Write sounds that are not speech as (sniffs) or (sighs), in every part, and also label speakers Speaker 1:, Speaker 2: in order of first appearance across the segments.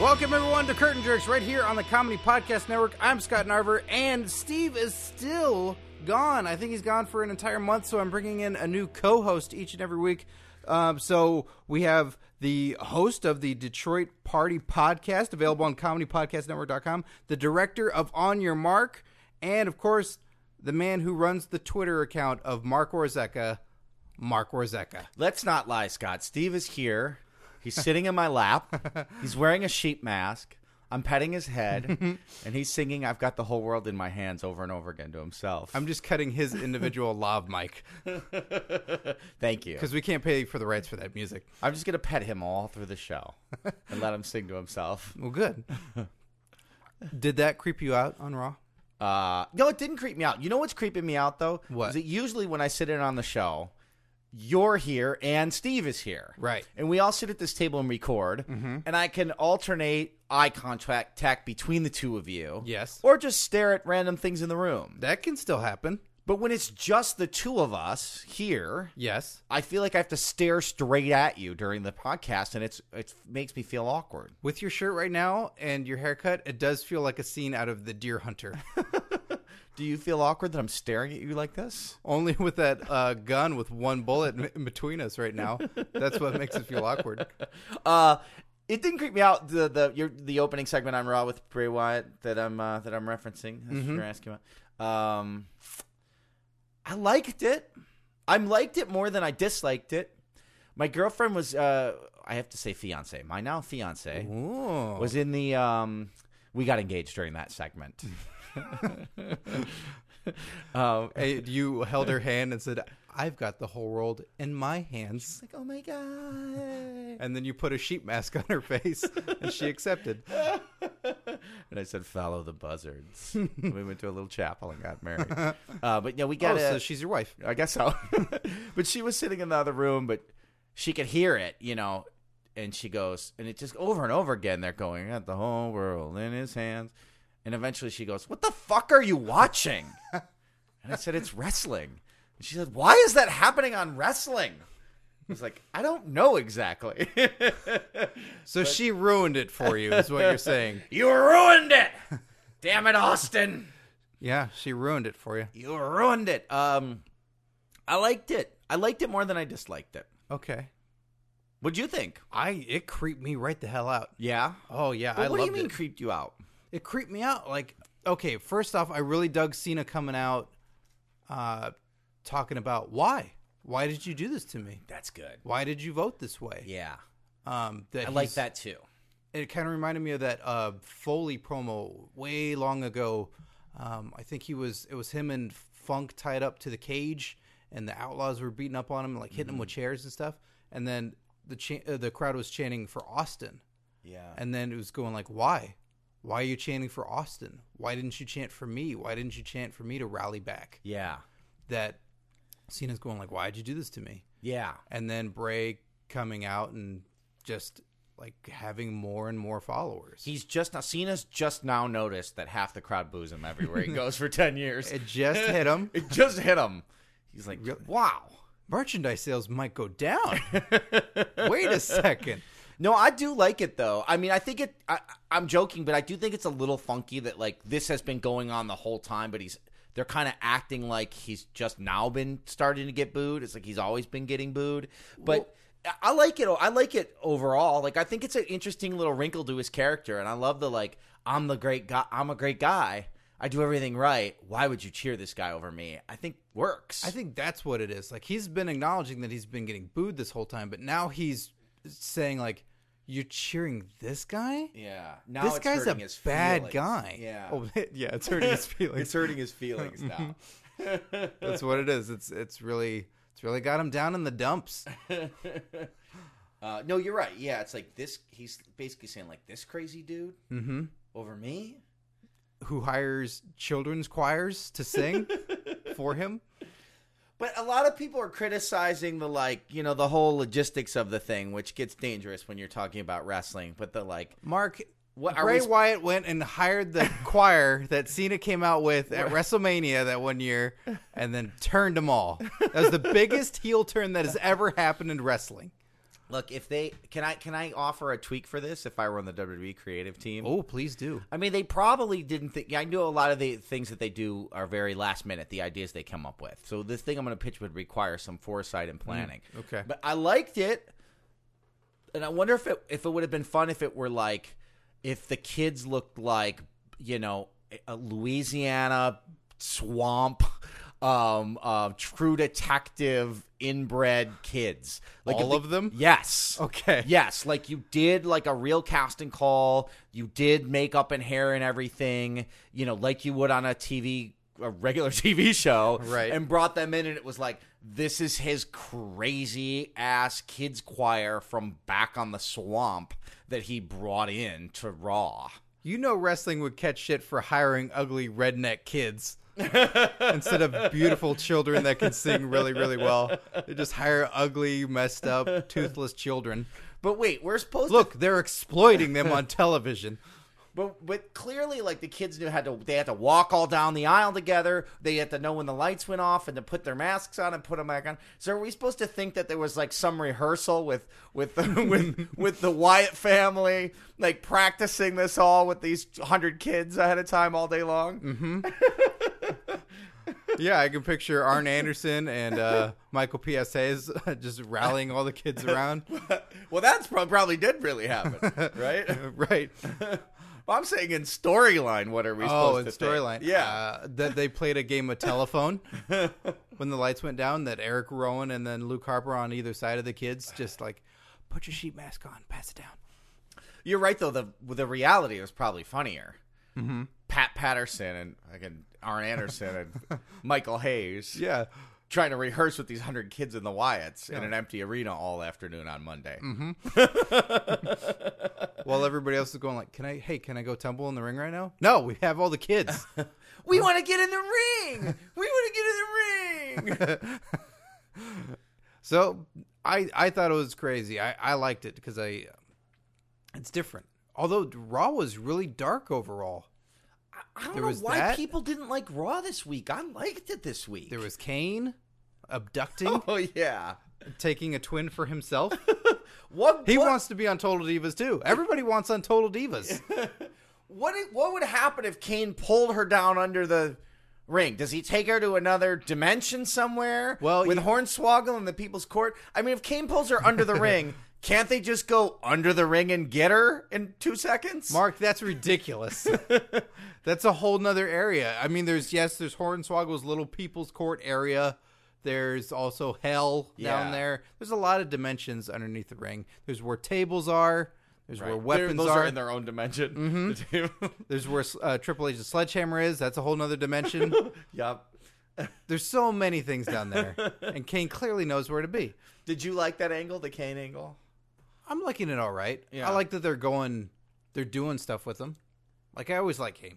Speaker 1: welcome everyone to Curtain Jerks right here on the Comedy Podcast Network. I'm Scott Narver, and Steve is still gone. I think he's gone for an entire month, so I'm bringing in a new co-host each and every week. Um, so we have the host of the Detroit Party Podcast, available on ComedyPodcastNetwork.com, the director of On Your Mark, and of course the man who runs the Twitter account of Mark Orzeka, Mark Orzeka.
Speaker 2: Let's not lie, Scott. Steve is here. He's sitting in
Speaker 1: (laughs)
Speaker 2: my lap. He's wearing a sheep mask. I'm petting his head, and he's singing "I've Got the Whole World in My Hands" over and over again to himself.
Speaker 1: I'm just cutting his individual (laughs) lav mic
Speaker 2: Thank you.
Speaker 1: because we can't pay for the rights for that music.
Speaker 2: I'm just gonna pet him all through
Speaker 1: (laughs)
Speaker 2: the show and let him sing to himself.
Speaker 1: Well, good. Did that creep you out on Raw?
Speaker 2: Uh, no, it didn't creep me out. You know what's creeping me out though?
Speaker 1: What?
Speaker 2: Is that usually when I sit in on the show, you're here and Steve is here,
Speaker 1: Right. Mm-hmm.
Speaker 2: And we all sit at this table and record, and I can alternate eye contact tack between the two of you,
Speaker 1: Yes.
Speaker 2: or just stare at random things in the room.
Speaker 1: That can still happen.
Speaker 2: But when it's just the two of us here,
Speaker 1: Yes.
Speaker 2: I feel like I have to stare straight at you during the podcast, and it's it makes me feel awkward.
Speaker 1: With your shirt right now and your haircut, it does feel like a scene out of The Deer (laughs) Hunter.
Speaker 2: Do you feel awkward that I'm staring at you like this?
Speaker 1: Only with that uh, gun with one bullet in- in between us right now. That's what makes it feel awkward.
Speaker 2: Uh, it didn't creep me out. The the your, the opening segment on Raw with Bray Wyatt that I'm uh, that I'm referencing. That's what you're asking about. Um, I liked it. I liked it more than I disliked it. My girlfriend was. Uh, I have to say, fiance. My now fiance
Speaker 1: Ooh.
Speaker 2: was in the. Um, we got engaged during that (laughs) segment. um,
Speaker 1: Hey, you held her hand and said, I've got the whole world in my hands.
Speaker 2: like, oh my god.
Speaker 1: And then you put a sheep mask on her face and she accepted.
Speaker 2: (laughs) And I said, "Follow the buzzards." (laughs) And we went to a little chapel and got (laughs) married. Uh, but yeah, we
Speaker 1: Oh,
Speaker 2: got.
Speaker 1: so
Speaker 2: a-
Speaker 1: she's your wife.
Speaker 2: I guess so. (laughs) but she was sitting in the other room, but she could hear it, you know. And she goes, and it just over and over again. They're going, "Got the whole world in his hands." And eventually, she goes, "What the fuck are you (laughs) watching?" and I said, "It's wrestling." And she said, "Why is that happening on wrestling?" I was like, "I don't know exactly." (laughs)
Speaker 1: So she ruined it for you, is what you're saying.
Speaker 2: you ruined it. Damn it, Austin.
Speaker 1: Yeah, she ruined it for you.
Speaker 2: You ruined it. Um, I liked it. I liked it more than I disliked it.
Speaker 1: Okay.
Speaker 2: What'd you think?
Speaker 1: I it creeped me right the hell out.
Speaker 2: Yeah.
Speaker 1: Oh yeah,
Speaker 2: But
Speaker 1: I
Speaker 2: what do
Speaker 1: loved
Speaker 2: you mean
Speaker 1: it.
Speaker 2: creeped you out?
Speaker 1: It creeped me out. Like, okay, first off, I really dug Cena coming out, uh, talking about why, why did you do this to me?
Speaker 2: That's good.
Speaker 1: Why did you vote this way?
Speaker 2: Yeah.
Speaker 1: Um, that
Speaker 2: I like
Speaker 1: he's-
Speaker 2: that too.
Speaker 1: It kind of reminded me of that uh, Foley promo way long ago. Um, I think he was it was him and Funk tied up to the cage, and the Outlaws were beating up on him, like
Speaker 2: Mm-hmm.
Speaker 1: hitting him with chairs and stuff. And then the cha- uh, the crowd was chanting for Austin.
Speaker 2: Yeah.
Speaker 1: And then it was going like, why? Why are you chanting for Austin? Why didn't you chant for me? Why didn't you chant for me to rally back?
Speaker 2: Yeah.
Speaker 1: That Cena's going like, why'd you do this to me?
Speaker 2: Yeah.
Speaker 1: And then Bray coming out and just like having more and more followers.
Speaker 2: He's just now. Cena's just now noticed that half the crowd boos him
Speaker 1: (laughs)
Speaker 2: everywhere he goes for ten years.
Speaker 1: it just hit him.
Speaker 2: (laughs) it just hit him. He's like, wow.
Speaker 1: Merchandise sales might go down. Wait a second.
Speaker 2: No, I do like it though. I mean, I think it. I, I'm joking, but I do think it's a little funky that like this has been going on the whole time, but he's they're kind of acting like he's just now been starting to get booed. It's like he's always been getting booed, but. I- I like it. I like it overall. Like I think it's an interesting little wrinkle to his character, and I love the like. I'm the great guy. I'm a great guy. I do everything right. Why would you cheer this guy over me? I think works.
Speaker 1: I think that's what it is. Like he's been acknowledging that he's been getting booed this whole time, but now he's saying like, "You're cheering this guy?
Speaker 2: yeah. Now
Speaker 1: this
Speaker 2: it's
Speaker 1: guy's a
Speaker 2: hurting his
Speaker 1: bad
Speaker 2: feelings.
Speaker 1: guy."
Speaker 2: Yeah. (laughs)
Speaker 1: Oh, (laughs) yeah, it's hurting his
Speaker 2: it's
Speaker 1: feelings. Mm-hmm.
Speaker 2: hurting
Speaker 1: (laughs)
Speaker 2: his feelings now.
Speaker 1: that's what it is. It's it's really it's really got him down in the
Speaker 2: (laughs)
Speaker 1: dumps.
Speaker 2: Uh, no, you're right. Yeah, it's like this. He's basically saying like this crazy dude
Speaker 1: hmm
Speaker 2: over me.
Speaker 1: Who hires children's choirs to
Speaker 2: (laughs)
Speaker 1: sing for him?
Speaker 2: But a lot of people are criticizing the like you know the whole logistics of the thing, which gets dangerous when you're talking about wrestling. But the like,
Speaker 1: Mark.
Speaker 2: What are
Speaker 1: Bray
Speaker 2: we-
Speaker 1: Wyatt went and hired
Speaker 2: (laughs)
Speaker 1: the choir that Cena came out with at WrestleMania that one
Speaker 2: (laughs)
Speaker 1: year, and then turned them all. That was the biggest heel turn that has ever happened in wrestling.
Speaker 2: Look, if they can, I can I offer a tweak for this if I were on the WWE creative team.
Speaker 1: Oh, please do.
Speaker 2: I mean, they probably didn't think. I know a lot of the things that they do are very last minute, the ideas they come up with. So this thing I'm going to pitch would require some foresight and planning.
Speaker 1: Mm, okay.
Speaker 2: But I liked it, and I wonder if it if it would have been fun if it were like if the kids looked like you know a Louisiana swamp. Um, uh, true detective inbred kids, like
Speaker 1: All
Speaker 2: if
Speaker 1: of them?
Speaker 2: Yes.
Speaker 1: Okay.
Speaker 2: Yes, like you did like a real casting call. You did makeup and hair and everything, you know, like you would on a TV a regular (laughs) TV show.
Speaker 1: Right.
Speaker 2: And brought them in and it was like this is his crazy ass kids choir from back on the swamp that he brought in to Raw.
Speaker 1: You know wrestling would catch shit for hiring ugly redneck kids instead of beautiful children that can sing really, really well. They just hire ugly, messed up, toothless children.
Speaker 2: But wait, we're supposed to
Speaker 1: Look, they're exploiting them on television.
Speaker 2: But but clearly, like the kids knew had to they had to walk all down the aisle together. They had to know when the lights went off and to put their masks on and put them back on. So are we supposed to think that there was like some rehearsal with with the, (laughs) with with the Wyatt family, like practicing this all with these hundred kids ahead of time all day long?
Speaker 1: Mm-hmm. Yeah, I can picture Arn Anderson and uh, Michael PSA's (laughs) just rallying all the kids around.
Speaker 2: Well, that's prob- probably did
Speaker 1: (laughs)
Speaker 2: really happen, right?
Speaker 1: right.
Speaker 2: Well, I'm saying in storyline, what are we?
Speaker 1: Oh, and
Speaker 2: supposed to think?
Speaker 1: storyline.
Speaker 2: yeah.
Speaker 1: Uh, that they played a game of
Speaker 2: (laughs)
Speaker 1: telephone when the lights went down, that Eric Rowan and then Luke Harper on either side of the kids just like, put your sheet mask on, pass it down.
Speaker 2: You're right though. The the reality was probably funnier.
Speaker 1: Mm-hmm.
Speaker 2: Pat Patterson and again Arn Anderson
Speaker 1: (laughs)
Speaker 2: and Michael Hayes
Speaker 1: Yeah.
Speaker 2: trying to rehearse with these hundred kids in the Wyatts in an empty arena all afternoon on Monday.
Speaker 1: Mm-hmm. While everybody else is going like, can I, hey, can I go tumble in the ring right now? No, we have all the
Speaker 2: (laughs)
Speaker 1: kids.
Speaker 2: We want to get in the ring. we want to get in
Speaker 1: (laughs)
Speaker 2: the ring.
Speaker 1: so I, I thought it was crazy. I, I liked it because I, it's different. Although Raw was really dark overall.
Speaker 2: I don't
Speaker 1: There
Speaker 2: know
Speaker 1: was
Speaker 2: why
Speaker 1: that.
Speaker 2: people didn't like Raw this week. I liked it this week.
Speaker 1: There was Kane abducting,
Speaker 2: (laughs) oh yeah.
Speaker 1: taking a twin for himself.
Speaker 2: What
Speaker 1: He
Speaker 2: what,
Speaker 1: wants to be on Total Divas too. Everybody wants on Total Divas.
Speaker 2: what i- what would happen if Kane pulled her down under the ring? Does he take her to another dimension somewhere?
Speaker 1: Well,
Speaker 2: with
Speaker 1: you-
Speaker 2: Hornswoggle and the People's Court. I mean, if Kane pulls her
Speaker 1: (laughs)
Speaker 2: under the ring, can't they just go under the ring and get her in two seconds?
Speaker 1: Mark, that's
Speaker 2: (laughs)
Speaker 1: ridiculous. that's a whole nother area. I mean, there's yes, there's Hornswoggle's little people's court area. There's also hell
Speaker 2: Yeah.
Speaker 1: down there. There's a lot of dimensions underneath the ring. There's where tables are. There's
Speaker 2: Right.
Speaker 1: where
Speaker 2: They're-
Speaker 1: weapons
Speaker 2: those
Speaker 1: are.
Speaker 2: in their own dimension. Mm-hmm. (laughs)
Speaker 1: There's where uh, Triple H's sledgehammer is. That's a whole nother dimension.
Speaker 2: (laughs) yep.
Speaker 1: there's so many things down
Speaker 2: (laughs)
Speaker 1: there, and Kane clearly knows where to be.
Speaker 2: Did you like that angle, the Kane angle?
Speaker 1: I'm liking it all right.
Speaker 2: Yeah.
Speaker 1: I like that they're going, they're doing stuff with him. Like I always like Kane.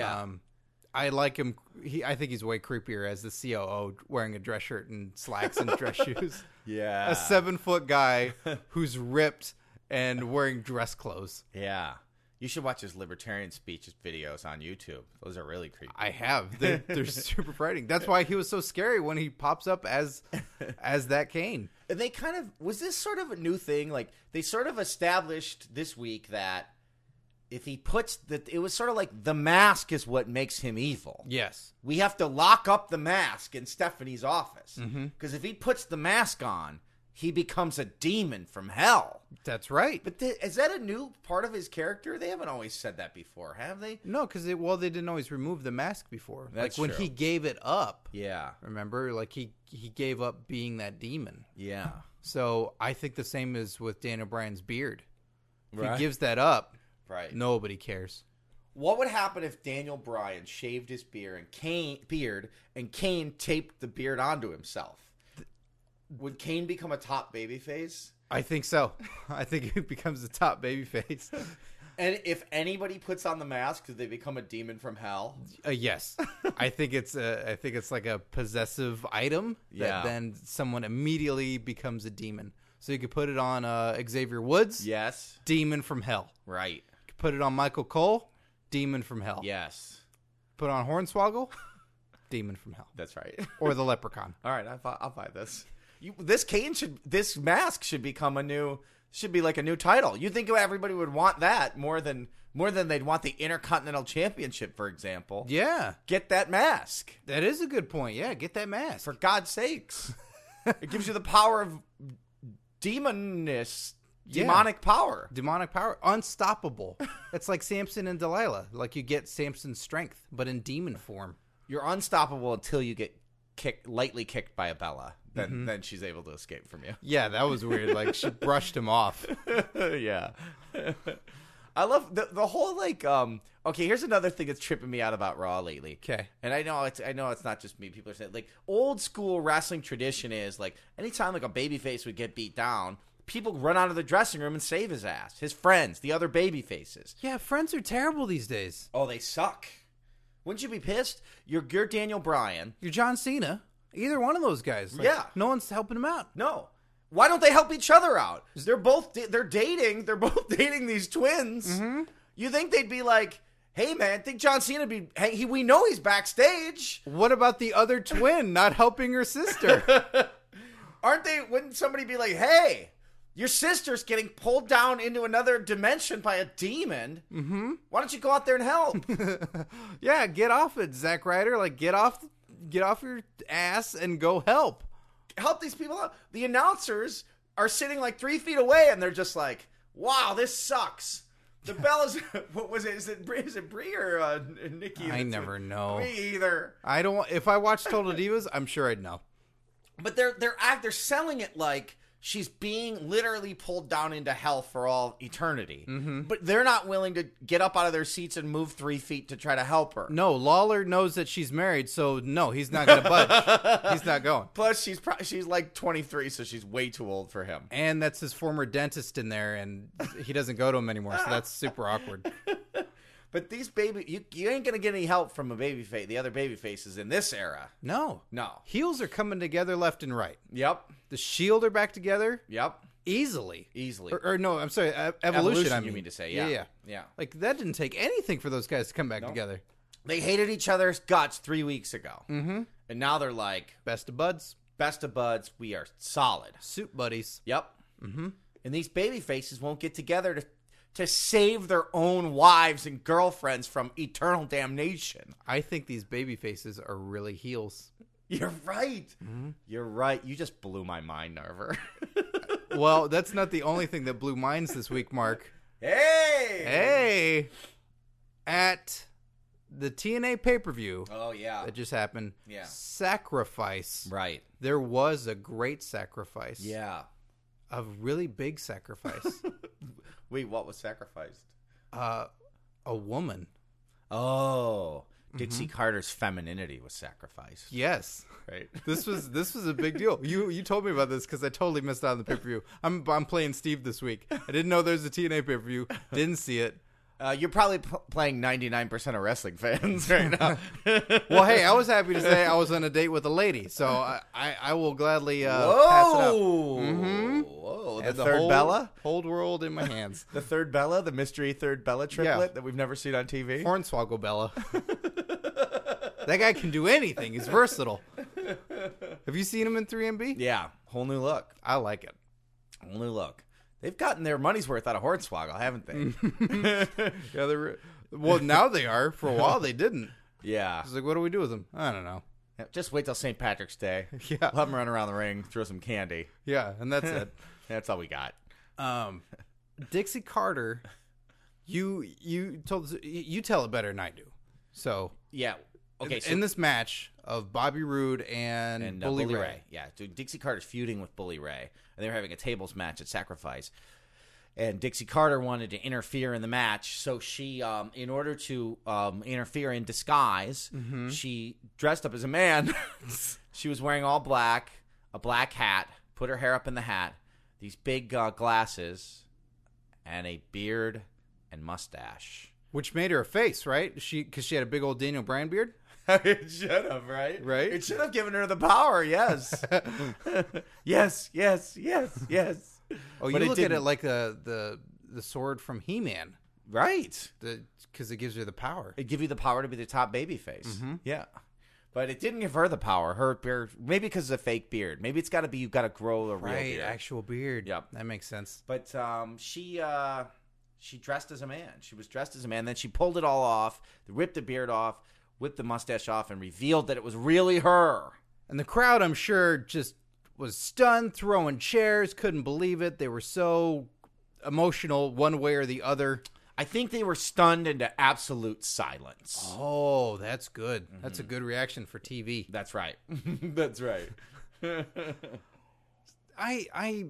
Speaker 2: Uh,
Speaker 1: Um, I like him. He, I think he's way creepier as the COO wearing a dress shirt and slacks and
Speaker 2: (laughs)
Speaker 1: dress shoes.
Speaker 2: yeah.
Speaker 1: A seven foot guy
Speaker 2: (laughs)
Speaker 1: who's ripped and wearing dress clothes.
Speaker 2: yeah. You should watch his libertarian speech videos on YouTube. Those are really creepy.
Speaker 1: I have. They're,
Speaker 2: (laughs)
Speaker 1: they're super frightening. That's why he was so scary when he pops up as as that Kane.
Speaker 2: And they kind of was this sort of a new thing. Like they sort of established this week that if he puts that, it was sort of like the mask is what makes him evil.
Speaker 1: Yes.
Speaker 2: We have to lock up the mask in Stephanie's office because if he puts the mask on, he becomes a demon from hell.
Speaker 1: That's right.
Speaker 2: But th- is that a new part of his character? They haven't always said that before, have they?
Speaker 1: No, because well, they didn't always remove the mask before.
Speaker 2: That's
Speaker 1: like when
Speaker 2: true.
Speaker 1: he gave it up.
Speaker 2: Yeah,
Speaker 1: Remember, like he he gave up being that demon.
Speaker 2: yeah.
Speaker 1: So I think the same is with Dan O'Brien's beard. If he
Speaker 2: Right.
Speaker 1: gives that up,
Speaker 2: Right.
Speaker 1: nobody cares.
Speaker 2: What would happen if Daniel Bryan shaved his beard and Kane beard and Kane taped the beard onto himself? Would Kane become a top babyface?
Speaker 1: I think so. (laughs) I think it becomes the top baby face.
Speaker 2: And if anybody puts on the mask, do they become a demon from hell?
Speaker 1: Uh,
Speaker 2: (laughs)
Speaker 1: yes, I think it's a, I think it's like a possessive item that
Speaker 2: Yeah.
Speaker 1: then someone immediately becomes a demon. So you could put it on uh, Xavier Woods,
Speaker 2: Yes.
Speaker 1: demon from hell.
Speaker 2: Right.
Speaker 1: You could put it on Michael Cole, demon from hell.
Speaker 2: Yes.
Speaker 1: Put on Hornswoggle, (laughs) demon from hell,
Speaker 2: That's right. (laughs)
Speaker 1: or the leprechaun.
Speaker 2: All right, I'll buy, I'll buy this. You, this cane should, this mask should become a new, should be like a new title. You think everybody would want that more than more than they'd want the Intercontinental Championship, for example.
Speaker 1: Yeah,
Speaker 2: Get that mask,
Speaker 1: that is a good point. Yeah, get that mask.
Speaker 2: for God's sakes. it gives you the power of demoness,
Speaker 1: Yeah.
Speaker 2: demonic power.
Speaker 1: Demonic power, unstoppable. It's like Samson and Delilah. Like you get Samson's strength, but in demon form.
Speaker 2: You're unstoppable until you get kicked, lightly kicked by a Bella. Then, then she's able to escape from you. (laughs)
Speaker 1: Yeah, that was weird. Like she brushed him off.
Speaker 2: yeah. (laughs) I love the the whole like um okay, here's another thing that's tripping me out about Raw lately.
Speaker 1: 'Kay.
Speaker 2: And I know it's I know it's not just me. People are saying like old school wrestling tradition is like anytime like a babyface would get beat down, people run out of the dressing room and save his ass. His friends, the other babyfaces.
Speaker 1: Yeah, friends are terrible these days.
Speaker 2: Oh, they suck. Wouldn't you be pissed? You're you're Daniel Bryan.
Speaker 1: You're John Cena. Either one of those guys. Like,
Speaker 2: Yeah.
Speaker 1: No one's helping him out.
Speaker 2: No. Why don't they help each other out? They're both they're dating. They're both (laughs) dating these twins. You think they'd be like, "Hey, man, think John Cena'd be? Hey, he, we know he's backstage.
Speaker 1: What about the other twin not helping her (laughs) sister?
Speaker 2: Aren't they? Wouldn't somebody be like, "Hey, your sister's getting pulled down into another dimension by a demon. Mm-hmm. Why don't you go out there and help?
Speaker 1: yeah, get off it, Zack Ryder. Like get off get off your ass and go help.
Speaker 2: help these people out." The announcers are sitting like three feet away, and they're just like, "Wow, this sucks." The Bellas, what was it? Is (laughs) it Brie- is it Brie or uh, Nikki?
Speaker 1: I
Speaker 2: that's-
Speaker 1: never know.
Speaker 2: Me either.
Speaker 1: I don't if I watched Total Divas, I'm sure I'd know.
Speaker 2: But they're they're act they're selling it like she's being literally pulled down into hell for all eternity.
Speaker 1: Mm-hmm.
Speaker 2: But they're not willing to get up out of their seats and move three feet to try to help her.
Speaker 1: No, Lawler knows that she's married, so no, he's not going to
Speaker 2: (laughs)
Speaker 1: budge. he's not going.
Speaker 2: Plus, she's pro- she's like twenty three, so she's way too old for him.
Speaker 1: And that's his former dentist in there, and he doesn't go to him anymore, so that's super awkward.
Speaker 2: But these baby, you you ain't gonna get any help from a baby face. The other baby faces in this era.
Speaker 1: No.
Speaker 2: No.
Speaker 1: Heels are coming together left and right.
Speaker 2: Yep.
Speaker 1: The Shield are back together
Speaker 2: Yep.
Speaker 1: easily.
Speaker 2: Easily.
Speaker 1: Or, or no, I'm sorry, uh, Evolution,
Speaker 2: Evolution,
Speaker 1: I
Speaker 2: you
Speaker 1: mean.
Speaker 2: mean to say? Yeah.
Speaker 1: yeah.
Speaker 2: Yeah.
Speaker 1: Like, that didn't take anything for those guys to come back together.
Speaker 2: They hated each other's guts three weeks ago, mm-hmm. and now they're like
Speaker 1: Best of buds,
Speaker 2: best of buds. We are solid.
Speaker 1: suit buddies.
Speaker 2: Yep. Mm-hmm. And these baby faces won't get together to to save their own wives and girlfriends from eternal damnation. (laughs)
Speaker 1: I think these baby faces are really heels.
Speaker 2: You're right. You're right. You just blew my mind, (laughs) Narver.
Speaker 1: Well, that's not the only thing that blew minds this week, Mark.
Speaker 2: hey.
Speaker 1: Hey, at the TNA pay per view
Speaker 2: Oh yeah.
Speaker 1: that just happened,
Speaker 2: Yeah.
Speaker 1: sacrifice.
Speaker 2: Right.
Speaker 1: There was a great sacrifice.
Speaker 2: Yeah.
Speaker 1: A really big sacrifice.
Speaker 2: (laughs) Wait, what was sacrificed?
Speaker 1: uh, a woman.
Speaker 2: Oh, Dixie Carter's femininity was sacrificed.
Speaker 1: Yes.
Speaker 2: Right.
Speaker 1: (laughs) This was this was a big deal. You you told me about this because I totally missed out on the pay per view. I'm I'm playing Steve this week. I didn't know there was a TNA pay per view. Didn't see it.
Speaker 2: Uh, you're probably p- playing 99% of wrestling fans (laughs) right now.
Speaker 1: Well, hey, I was happy to say I was on a date with a lady, so I I, I will gladly
Speaker 2: Oh,
Speaker 1: uh, pass it up.
Speaker 2: Whoa. Whoa. Mm-hmm. The,
Speaker 1: Had
Speaker 2: third
Speaker 1: whole,
Speaker 2: Bella?
Speaker 1: whole world in my (laughs) hands.
Speaker 2: The third Bella, the mystery third Bella triplet that we've never seen on TV.
Speaker 1: Hornswoggle Bella. (laughs) that guy can do anything. He's versatile. Have you seen him in 3MB?
Speaker 2: Yeah, whole new look.
Speaker 1: I like (laughs) it.
Speaker 2: Whole new look. They've gotten their money's worth out of Hornswoggle, haven't they?
Speaker 1: Yeah, they're well now they are. For a while they didn't.
Speaker 2: (laughs) yeah.
Speaker 1: I was like, what do we do with him? I don't know.
Speaker 2: Just wait till St. Patrick's (laughs) Day.
Speaker 1: Yeah.
Speaker 2: Let them run around the ring, throw some candy.
Speaker 1: Yeah, and that's it.
Speaker 2: That's all we got.
Speaker 1: Um, Dixie Carter, you you told you tell it better than I do. So
Speaker 2: Yeah. Okay. so-
Speaker 1: in this match of Bobby Roode and,
Speaker 2: and uh,
Speaker 1: Mm, Bully, Ray.
Speaker 2: Yeah, dude, Dixie Carter's feuding with Bully Ray, and they were having a tables match at Sacrifice. And Dixie Carter wanted to interfere in the match, so she, um, in order to um, interfere in disguise,
Speaker 1: Mm-hmm.
Speaker 2: she dressed up as a man. (laughs) she was wearing all black, a black hat, put her hair up in the hat, these big uh, glasses, and a beard and mustache.
Speaker 1: which made her a face, right? She because she had a big old Daniel Bryan beard.
Speaker 2: (laughs) it should have, right?
Speaker 1: Right?
Speaker 2: It should have given her the
Speaker 1: (laughs)
Speaker 2: power, yes. (laughs) yes, yes, yes, yes.
Speaker 1: Oh, you
Speaker 2: But it
Speaker 1: look at it
Speaker 2: didn't.
Speaker 1: like the the the sword from He Man,
Speaker 2: Right.
Speaker 1: because it gives her the power. Mm-hmm.
Speaker 2: It give you the power to be the top baby face. Yeah. But it didn't give her the power. Her beard, maybe because of the fake beard. Maybe it's got to be you got to grow a real
Speaker 1: Right,
Speaker 2: beard.
Speaker 1: actual beard.
Speaker 2: Yep.
Speaker 1: that makes sense.
Speaker 2: But um, she uh, she dressed as a man. She was dressed as a man. Then she pulled it all off, ripped the beard off, whipped the mustache off, and revealed that it was really her.
Speaker 1: And the crowd, I'm sure, just was stunned, throwing chairs, couldn't believe it. They were so emotional, one way or the other.
Speaker 2: I think they were stunned into absolute silence.
Speaker 1: Oh, that's good. That's a good reaction for TV.
Speaker 2: That's right. (laughs) That's right.
Speaker 1: I, I,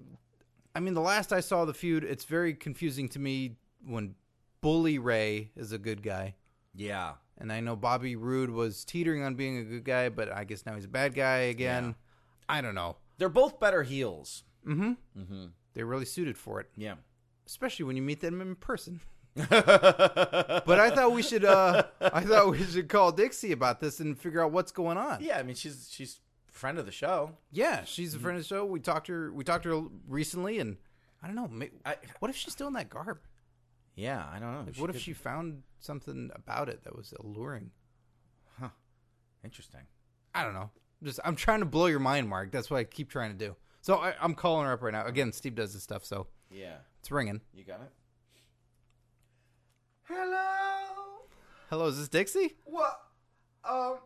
Speaker 1: I mean, the last I saw the feud, it's very confusing to me when Bully Ray is a good guy.
Speaker 2: Yeah.
Speaker 1: And I know Bobby Roode was teetering on being a good guy, but I guess now he's a bad guy again. I don't know.
Speaker 2: They're both better heels.
Speaker 1: They really suited for it,
Speaker 2: Yeah.
Speaker 1: especially when you meet them in person. (laughs)
Speaker 2: but
Speaker 1: But I thought we should uh
Speaker 2: (laughs)
Speaker 1: I thought we should call Dixie about this and figure out what's going on.
Speaker 2: (laughs) yeah, Mm-hmm. I mean she's she's friend of the show.
Speaker 1: Yeah, she's a friend of the show. We talked to her we talked to her recently and I don't know, may
Speaker 2: I-
Speaker 1: what if she's still in that garb?
Speaker 2: Yeah, I don't know.
Speaker 1: what if
Speaker 2: could-
Speaker 1: she found something about it that was alluring?
Speaker 2: Interesting.
Speaker 1: I don't know. Just I'm trying to blow your mind, Mark. That's what I keep trying to do. So I, I'm calling her up right now. Again, Steve does this stuff, so
Speaker 2: Yeah.
Speaker 1: it's ringing.
Speaker 2: You got it? Hello?
Speaker 1: Hello, is this Dixie?
Speaker 2: What? Um,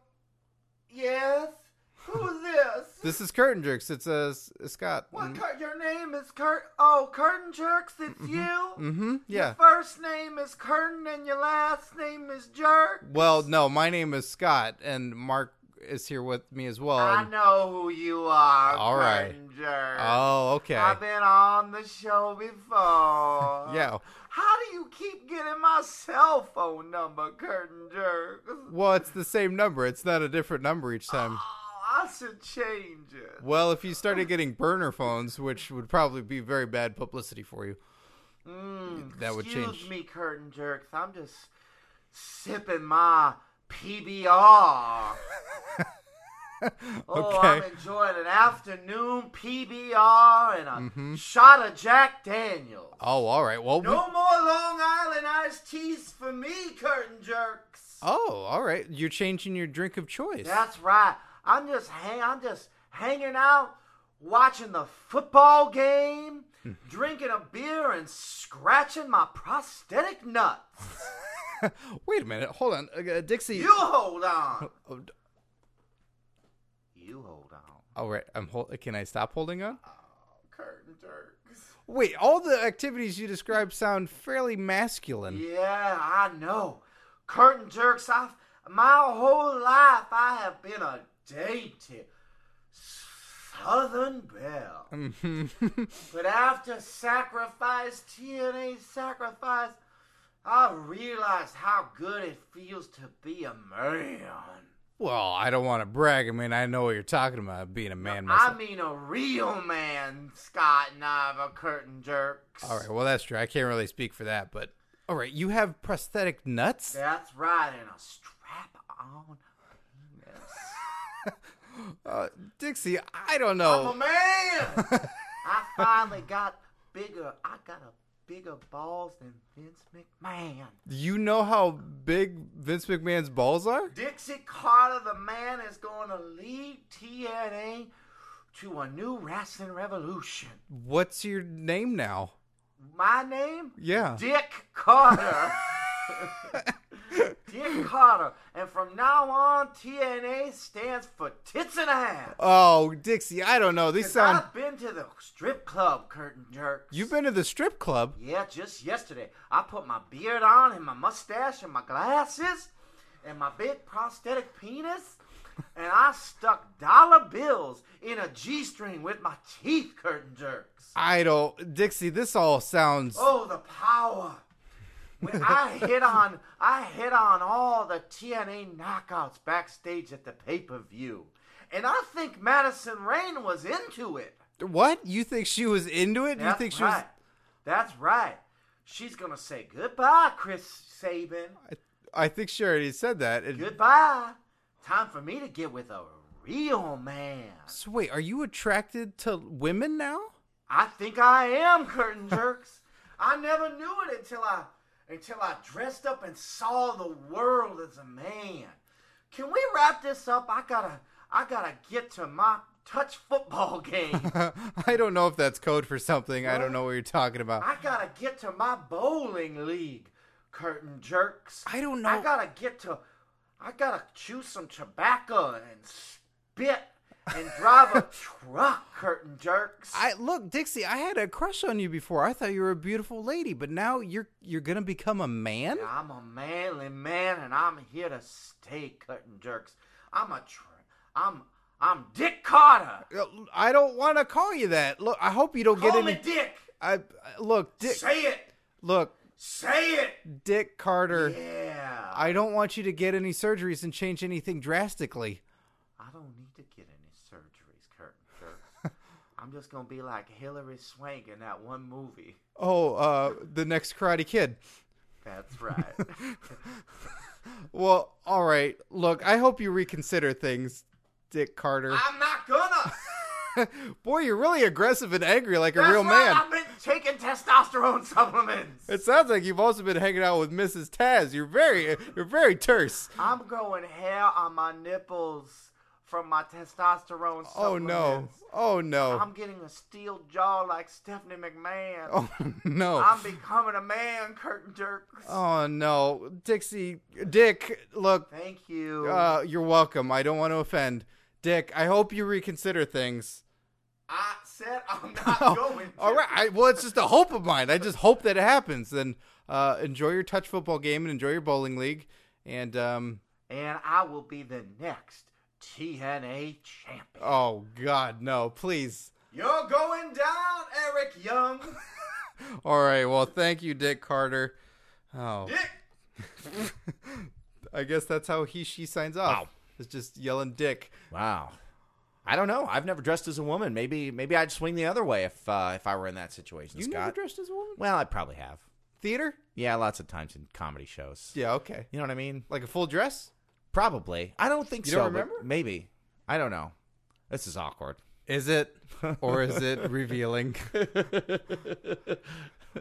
Speaker 2: yes? Who's this? (laughs)
Speaker 1: This is Curtain Jerks. It's uh, S- Scott.
Speaker 2: What? Cur- your name is Curt. Oh, Curtin Jerks, it's you?
Speaker 1: Mm-hmm. Yeah.
Speaker 2: Your first name is Curtin and your last name is Jerk?
Speaker 1: Well, no, my name is Scott, and Mark is here with me as well.
Speaker 2: I
Speaker 1: and-
Speaker 2: know who you are,
Speaker 1: Um, All right.
Speaker 2: Curtin Jerks.
Speaker 1: Oh, okay.
Speaker 2: I've been uh, on the show
Speaker 1: (laughs)
Speaker 2: before.
Speaker 1: yeah.
Speaker 2: How do you keep getting my cell phone number, Curtin (laughs) Jerks?
Speaker 1: Well, it's the same number. It's not a different number each
Speaker 2: (sighs)
Speaker 1: time.
Speaker 2: Oh, I should change it.
Speaker 1: Well, if you started getting burner phones, which would probably be very bad publicity for you.
Speaker 2: Mm,
Speaker 1: That would change.
Speaker 2: Excuse me, curtain jerks. I'm just sipping my
Speaker 1: (laughs)
Speaker 2: PBR. Oh, I'm
Speaker 1: Okay.
Speaker 2: enjoying an afternoon PBR and a shot of Jack Daniels.
Speaker 1: Mm-hmm. Oh, all right. Well, we-
Speaker 2: No more Long Island iced teas for me, curtain jerks.
Speaker 1: oh, all right. You're changing your drink of choice.
Speaker 2: That's right. I'm just hang. I'm just hanging out, watching the football game,
Speaker 1: Hmm.
Speaker 2: drinking a beer, and scratching my prosthetic nuts.
Speaker 1: (laughs) Wait a minute. Hold on, uh, Dixie.
Speaker 2: You hold on.
Speaker 1: Oh, d-
Speaker 2: You hold on.
Speaker 1: all right. I'm hold- Can I stop holding on?
Speaker 2: Curtain jerks.
Speaker 1: Wait. All the activities you described sound fairly masculine. (laughs)
Speaker 2: Yeah, I know. Curtain jerks. I've my whole life I have been a dainty Southern belle. But after sacrifice, TNA sacrifice, I realized how good it feels to be a man.
Speaker 1: Well, I don't want to brag. I mean, I know what you're talking about, being a man myself.
Speaker 2: I mean a real man, Scott Nava Curtain Jerks.
Speaker 1: All right, well, that's true. I can't really speak for that, but. All right, you have prosthetic nuts?
Speaker 2: That's right, and a strap on penis.
Speaker 1: Uh, Dixie, I don't
Speaker 2: I'm a
Speaker 1: know. (laughs)
Speaker 2: Oh, man! I finally got bigger. I got a bigger balls than Vince McMahon.
Speaker 1: You know how big Vince McMahon's balls are?
Speaker 2: Dixie Carter, the man, is going to lead TNA to a new wrestling revolution.
Speaker 1: What's your name now?
Speaker 2: My name?
Speaker 1: Yeah.
Speaker 2: Dick Carter. Dick Carter. And from now on, TNA stands for tits and a half.
Speaker 1: Oh, Dixie, I don't know. These
Speaker 2: 'Cause
Speaker 1: sound.
Speaker 2: I've been to the strip club, Curtain Jerks.
Speaker 1: You've been to the strip club?
Speaker 2: Yeah, just yesterday. I put my beard on and my mustache and my glasses and my big prosthetic penis and I stuck dollar bills in a G string with my teeth, curtain jerks.
Speaker 1: I don't. Dixie, this all sounds.
Speaker 2: Oh, the power. When I hit on I hit on all the TNA knockouts backstage at the pay-per-view. And I think Madison Rain was into it.
Speaker 1: What? You think she was into it? you
Speaker 2: That's
Speaker 1: think she
Speaker 2: right. That's right. She's gonna say goodbye, Chris Sabin.
Speaker 1: was. I, I think she already said that. And-
Speaker 2: Goodbye. Time for me to get with a real man.
Speaker 1: So wait, are you attracted to women now? (laughs)
Speaker 2: I think I am curtain jerks. I never knew it until I until I dressed up and saw the world as a man. Can we
Speaker 3: wrap this up. I gotta, I gotta get to my touch
Speaker 2: (laughs)
Speaker 3: football game.
Speaker 1: I don't know if that's code for something. I don't know what you're talking about.
Speaker 3: I gotta get to my bowling league. Curtain jerks.
Speaker 1: I don't
Speaker 3: I
Speaker 1: know.
Speaker 3: gotta get to. I gotta chew some tobacco and spit and
Speaker 1: (laughs)
Speaker 3: drive a truck. Curtain jerks.
Speaker 1: I look, Dixie. I had a crush on you before. I thought you were a beautiful lady, but now you're you're gonna become a man.
Speaker 3: I'm a manly man, and I'm here to stay. Curtain jerks. I'm a. Tr- I'm. I'm Dick Carter.
Speaker 1: I don't want to call you that. Look, I hope you don't
Speaker 3: Call
Speaker 1: get
Speaker 3: me
Speaker 1: any.
Speaker 3: Dick.
Speaker 1: I I- look, Dick.
Speaker 3: Say it.
Speaker 1: Look,
Speaker 3: Say it.
Speaker 1: Dick Carter.
Speaker 3: Yeah.
Speaker 1: I don't want you to get any surgeries and change anything drastically.
Speaker 3: I don't need to get any surgeries, Curtin jerks. (laughs) I'm just gonna be like Hillary Swank in that one movie.
Speaker 1: Oh, uh, the next Karate Kid. (laughs)
Speaker 3: That's right.
Speaker 1: Well, all right. Look, I hope you reconsider things, Dick Carter.
Speaker 3: I'm not gonna.
Speaker 1: (laughs) Boy, you're really aggressive and angry like a
Speaker 3: That's
Speaker 1: real
Speaker 3: why
Speaker 1: man.
Speaker 3: I've been taking testosterone (laughs) supplements.
Speaker 1: It sounds like you've also been hanging out with Mrs. Taz. You're very, you're very terse.
Speaker 3: I'm growing hair on my nipples from my testosterone supplements.
Speaker 1: Oh no! Oh no!
Speaker 3: I'm getting a steel jaw like Stephanie McMahon.
Speaker 1: Oh no!
Speaker 3: I'm becoming a man, Curtin jerks.
Speaker 1: Oh no! Dixie, Dick, look,
Speaker 3: Thank you.
Speaker 1: uh, you're welcome. I don't want to offend, Dick. I hope you reconsider things.
Speaker 3: I said
Speaker 1: (laughs)
Speaker 3: I'm not going. To.
Speaker 1: Oh, All right. I, well, it's just a hope of mine. I just hope that it happens. Then uh, enjoy your touch football game and enjoy your bowling league. And um,
Speaker 3: and I will be the next TNA champion.
Speaker 1: oh God, no! Please.
Speaker 3: You're going down, Eric Young.
Speaker 1: All right. Well, thank you, Dick Carter. Oh.
Speaker 3: Dick.
Speaker 1: I guess that's how he she signs off.
Speaker 2: Wow.
Speaker 1: It's just yelling dick.
Speaker 2: Wow. I don't know. I've never dressed as a woman. Maybe maybe I'd swing the other way if uh, if I were in that situation,
Speaker 1: You
Speaker 2: Scott.
Speaker 1: never dressed as a woman?
Speaker 2: well, I probably have.
Speaker 1: Theater?
Speaker 2: Yeah, lots of times in comedy shows.
Speaker 1: Yeah, okay.
Speaker 2: You know what I mean?
Speaker 1: Like a full dress?
Speaker 2: Probably. I don't think
Speaker 1: You
Speaker 2: so.
Speaker 1: don't
Speaker 2: but
Speaker 1: remember?
Speaker 2: Maybe. I don't know. This is awkward.
Speaker 1: Is it or is it
Speaker 2: (laughs)
Speaker 1: revealing?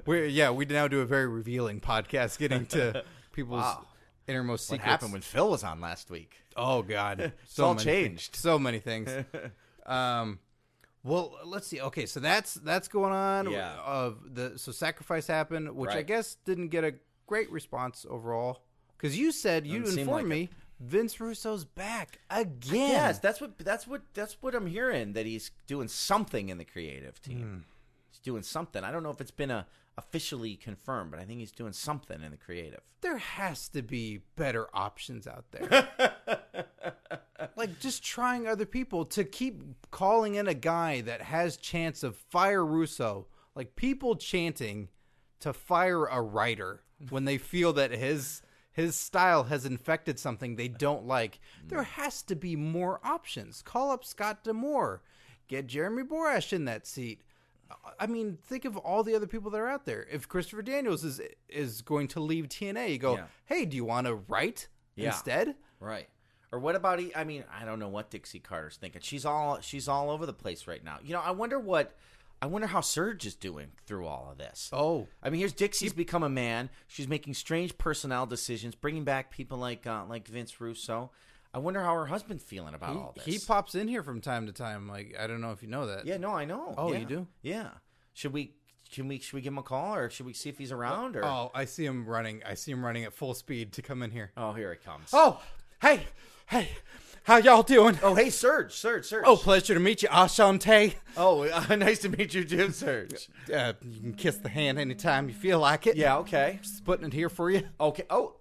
Speaker 1: We're yeah, we now do a very revealing podcast getting
Speaker 2: (laughs)
Speaker 1: to people's
Speaker 2: Wow.
Speaker 1: innermost
Speaker 2: What
Speaker 1: secrets.
Speaker 2: happened when Phil was on last week?
Speaker 1: Oh
Speaker 2: (laughs)
Speaker 1: god. So
Speaker 2: all
Speaker 1: many
Speaker 2: changed.
Speaker 1: things. So many
Speaker 2: (laughs)
Speaker 1: things. um well, let's see. Okay, so that's that's going on.
Speaker 2: Yeah.
Speaker 1: Of the so sacrifice happened, which I
Speaker 2: Right.
Speaker 1: guess didn't get a great response overall. Because you said you
Speaker 2: Doesn't seem
Speaker 1: informed
Speaker 2: like
Speaker 1: me Vince Russo's back again.
Speaker 2: Yes, that's what that's what that's what I'm hearing that he's doing something in the creative
Speaker 1: Hmm.
Speaker 2: team. He's doing something. I don't know if it's been a officially confirmed, but I think he's doing something in the creative.
Speaker 1: there has to be better options out there. (laughs) like just trying other people to keep calling in a guy that has chance of fire Russo. Like people chanting to fire a writer when they feel that his his style has infected something they don't like. There has to be more options. Call up Scott Demore. Get Jeremy Borash in that seat. I mean, think of all the other people that are out there. If Christopher Daniels is is going to leave TNA, you go,
Speaker 2: Yeah.
Speaker 1: hey, do you want to write
Speaker 2: Yeah.
Speaker 1: instead?
Speaker 2: Right. Or what about? E- I mean, I don't know what Dixie Carter's thinking. She's all she's all over the place right now. You know, I wonder what I wonder how Serge is doing through all of this.
Speaker 1: Oh,
Speaker 2: I mean, here's Dixie's become a man. She's making strange personnel decisions, bringing back people like uh, like Vince Russo. I wonder how her husband's feeling about all this.
Speaker 1: he, he pops in here from time to time. Like I don't know if you know that.
Speaker 2: Yeah, no, I know.
Speaker 1: Oh,
Speaker 2: Yeah.
Speaker 1: you do?
Speaker 2: Yeah. Should we? Can we? Should we give him a call, or should we see if he's around? Or
Speaker 1: Oh, I see him running. I see him running at full speed to come in here.
Speaker 2: Oh, here he comes.
Speaker 1: Oh, hey, hey, how y'all doing?
Speaker 2: Oh, hey, Serge, Serge, Serge.
Speaker 1: Oh, pleasure to meet you, Ashante.
Speaker 2: oh, (laughs) uh, nice to meet you, Jim Serge.
Speaker 1: Uh, you can kiss the hand anytime you feel like it.
Speaker 2: Yeah. Okay.
Speaker 1: just putting it here for you.
Speaker 2: Okay. Oh,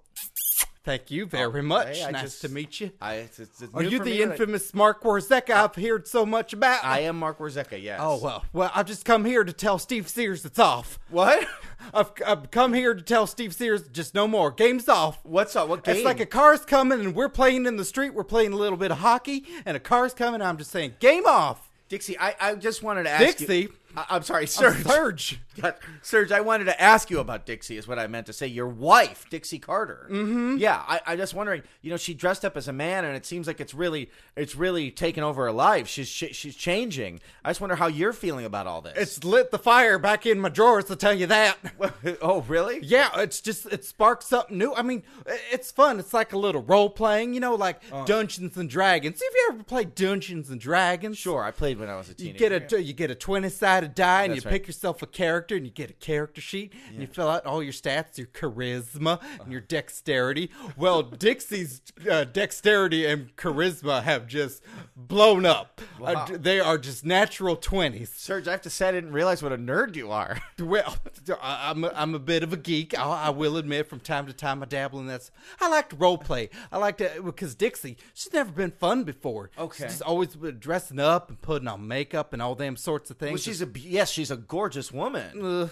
Speaker 1: Thank you very much.
Speaker 2: hey, I
Speaker 1: nice
Speaker 2: just-
Speaker 1: to meet you.
Speaker 2: I. It's, it's, it's
Speaker 1: Are
Speaker 2: new
Speaker 1: you
Speaker 2: for
Speaker 1: the
Speaker 2: me that I-
Speaker 1: infamous Mark Warzeka I've heard so much about?
Speaker 2: I am Mark Warzeka. Yes.
Speaker 1: Oh well, well I've just come here to tell Steve Sears it's off.
Speaker 2: What? (laughs)
Speaker 1: I've, I've come here to tell Steve Sears just no more. Game's off.
Speaker 2: What's up? What game?
Speaker 1: It's like a car's coming and we're playing in the street. We're playing a little bit of hockey and a car's coming. I'm just saying, game off,
Speaker 2: Dixie. I. I just wanted to ask you.
Speaker 1: Dixie.
Speaker 2: I- I'm sorry, Serge.
Speaker 1: Surge.
Speaker 2: (laughs) God, Serge, I wanted to ask you about Dixie, is what I meant to say. Your wife, Dixie Carter. Mm-hmm. Yeah, I, I'm just wondering. You know, she dressed up as a man, and it seems like it's really, it's really taken over her life. She's she, she's changing. I just wonder how you're feeling about all this.
Speaker 1: It's lit the fire back in my drawers. To tell you that.
Speaker 2: (laughs) oh, really?
Speaker 1: Yeah, it's just it sparks something new. I mean, i- it's fun. It's like a little role playing, you know, like Dungeons and Dragons. If you ever played Dungeons and Dragons,
Speaker 2: Sure, I played when I was a
Speaker 1: You
Speaker 2: teenager.
Speaker 1: get a t- you get a twenty sided die and
Speaker 2: That's
Speaker 1: you
Speaker 2: right.
Speaker 1: pick yourself a character and you get a character sheet and you fill out all your stats, your charisma
Speaker 2: Uh-huh.
Speaker 1: and your dexterity.
Speaker 2: (laughs)
Speaker 1: Well, Dixie's uh, dexterity and charisma have just blown up. Uh, d- they are just natural twenties.
Speaker 2: Serge, I have to say I didn't realize what a nerd
Speaker 1: (laughs)
Speaker 2: you are.
Speaker 1: Well, I- I'm a, I'm a bit of a geek. I, I will admit, from time to time, I dabble in that. s- I like to role play. I like to because Dixie, she's never been fun before.
Speaker 2: Okay.
Speaker 1: she's just always been dressing up and putting on makeup and all them sorts of things.
Speaker 2: Well, she's a be- yes, she's a gorgeous woman.
Speaker 1: Uh,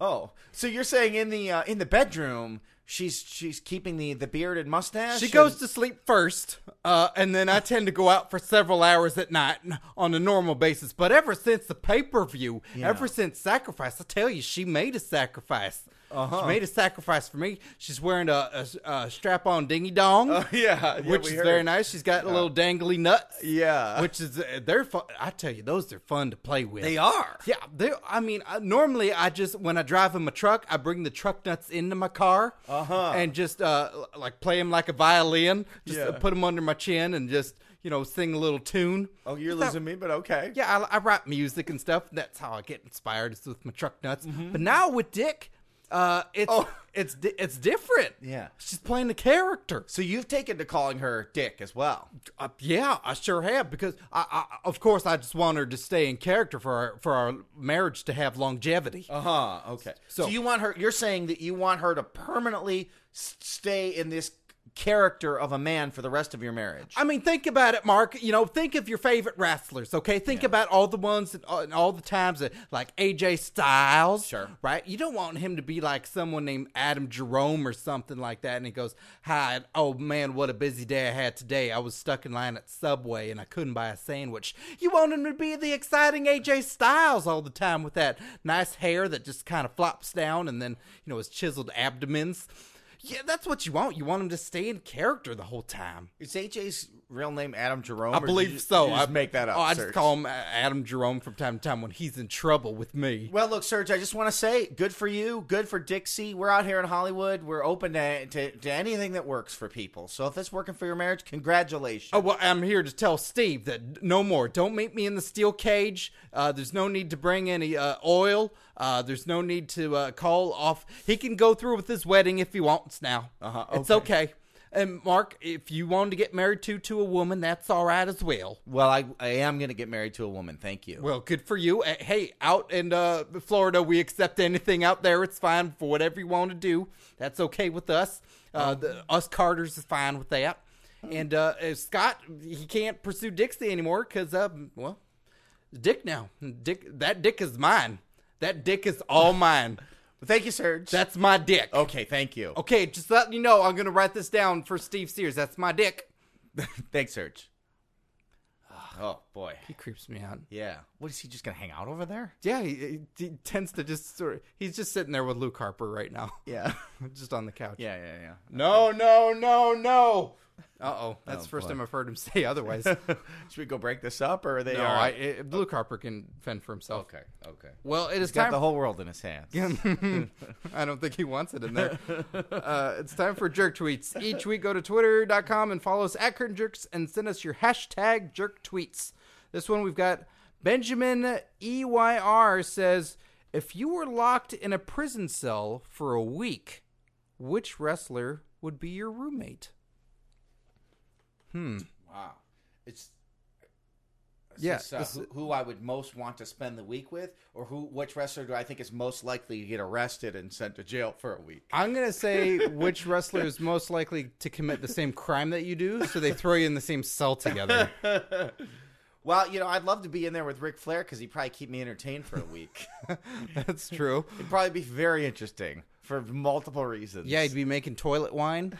Speaker 2: Oh, so you're saying in the uh, in the bedroom, she's she's keeping the the bearded mustache.
Speaker 1: she
Speaker 2: and-
Speaker 1: goes to sleep first, uh, and then I tend to go out for several hours at night on a normal basis. But ever since the pay per view, ever since Sacrifice, I tell you, she made a sacrifice.
Speaker 2: Uh-huh.
Speaker 1: She made a sacrifice for me. She's wearing a, a, a strap on dingy dong.
Speaker 2: Oh, yeah, (laughs) yeah,
Speaker 1: which
Speaker 2: we
Speaker 1: is
Speaker 2: heard. Uh,
Speaker 1: very nice. She's got a little dangly nuts.
Speaker 2: Yeah.
Speaker 1: which is uh, they're fun. I tell you, those are fun to play with.
Speaker 2: They are.
Speaker 1: Yeah, they. I mean, I, normally I just when I drive in my truck, I bring the truck nuts into my car uh-huh. and just uh l- like play them like a violin. Just uh,
Speaker 2: Yeah.
Speaker 1: put them under my chin and just you know sing a little tune.
Speaker 2: Oh, you're
Speaker 1: But that-
Speaker 2: losing me, but okay.
Speaker 1: Yeah, I, I write music and stuff. That's how I get inspired is with my truck nuts. But now with Dick, uh, it's
Speaker 2: Mm-hmm. Oh.
Speaker 1: it's di- it's different.
Speaker 2: Yeah.
Speaker 1: she's playing the character.
Speaker 2: So you've taken to calling her Dick as well.
Speaker 1: Uh, yeah, I sure have because I, I, of course, I just want her to stay in character for our, for our marriage to have longevity.
Speaker 2: Uh huh. Okay. So,
Speaker 1: So-
Speaker 2: you want her? You're saying that you want her to permanently s- stay in this character of a man for the rest of your marriage.
Speaker 1: I mean, think about it, Mark. You know, think of your favorite wrestlers. Okay, think about all the ones and, and all the times that, like AJ Styles.
Speaker 2: Sure.
Speaker 1: Right. You don't want him to be like someone named Adam Jerome or something like that. And he goes, "Hi, oh man, what a busy day I had today. I was stuck in line at Subway and I couldn't buy a sandwich." You want him to be the exciting AJ Styles all the time with that nice hair that just kind of flops down and then you know his chiseled abdomens. Yeah, that's what you want. You want him to stay in character the whole time.
Speaker 2: Is AJ's real name Adam Jerome?
Speaker 1: I
Speaker 2: or did
Speaker 1: believe
Speaker 2: you-
Speaker 1: so.
Speaker 2: you just
Speaker 1: I
Speaker 2: make that up.
Speaker 1: Oh, I
Speaker 2: Serge?
Speaker 1: just call him uh, Adam Jerome from time to time when he's in trouble with me.
Speaker 2: Well, look, Serge, I just want to say good for you, good for Dixie. We're out here in Hollywood. We're open to, to, to anything that works for people. So if it's working for your marriage, congratulations.
Speaker 1: Oh well, I'm here to tell Steve that no more. Don't meet me in the steel cage. Uh, there's no need to bring any uh, oil. Uh, there's no need to uh, call off. He can go through with his wedding if he wants now.
Speaker 2: Uh-huh,
Speaker 1: It's okay. And Mark, if you wanted to get married to to a woman, that's all right as well.
Speaker 2: Well, I, I am going to get married to a woman. Thank you.
Speaker 1: Well, good for you. Uh, Hey, out in uh, Florida, we accept anything out there. It's fine for whatever you want to do. That's okay with us. Uh, the, us Carters is fine with that. And uh, uh, Scott, he can't pursue Dixie anymore because, uh, well, Dick now. Dick, that Dick is mine. That Dick is (laughs) all mine.
Speaker 2: Thank you, Serge.
Speaker 1: That's my Dick.
Speaker 2: okay, thank you.
Speaker 1: Okay, just letting you know, I'm gonna write this down for Steve Sears. That's my Dick.
Speaker 2: Thanks, Serge. Oh, boy.
Speaker 1: He creeps me out.
Speaker 2: Yeah. What is he just going to hang out over there?
Speaker 1: Yeah, he, he tends to just sort of. He's just sitting there with Luke Harper right now. (laughs)
Speaker 2: Yeah.
Speaker 1: just on the couch.
Speaker 2: (laughs) Yeah, yeah, yeah.
Speaker 1: No, no, no, no. Uh oh, that's
Speaker 2: Oh,
Speaker 1: the first
Speaker 2: boy.
Speaker 1: time I've heard him (laughs) say
Speaker 2: (laughs)
Speaker 1: otherwise.
Speaker 2: Should we go break this up or are they
Speaker 1: no,
Speaker 2: all
Speaker 1: I,
Speaker 2: right?
Speaker 1: it, Luke Harper can fend for himself.
Speaker 2: Okay, okay.
Speaker 1: Well, it is
Speaker 2: He's got
Speaker 1: (laughs) time.
Speaker 2: the whole world in his hands.
Speaker 1: I don't think he wants it in
Speaker 2: (laughs)
Speaker 1: there. Uh, it's time for jerk tweets. Each week, go to twitter.com and follow us at curtain jerks and send us your hashtag jerk tweets. This one we've got Benjamin EYR says, If you were locked in a prison cell for a week, which wrestler would be your roommate?
Speaker 2: Wow. It's is
Speaker 1: Yeah,
Speaker 2: this, uh,
Speaker 1: this-
Speaker 2: who, who I would most want to spend the week with, or who which wrestler do I think is most likely to get arrested and sent to jail for a week?
Speaker 1: I'm gonna say which wrestler is most likely to commit the same crime that you do, so they throw you in the same cell together.
Speaker 2: Well, you know, I'd love to be in there with Ric Flair because he'd probably keep me entertained for a (laughs) week.
Speaker 1: That's true.
Speaker 2: It'd probably be very interesting for multiple reasons.
Speaker 1: Yeah, he'd be making toilet wine,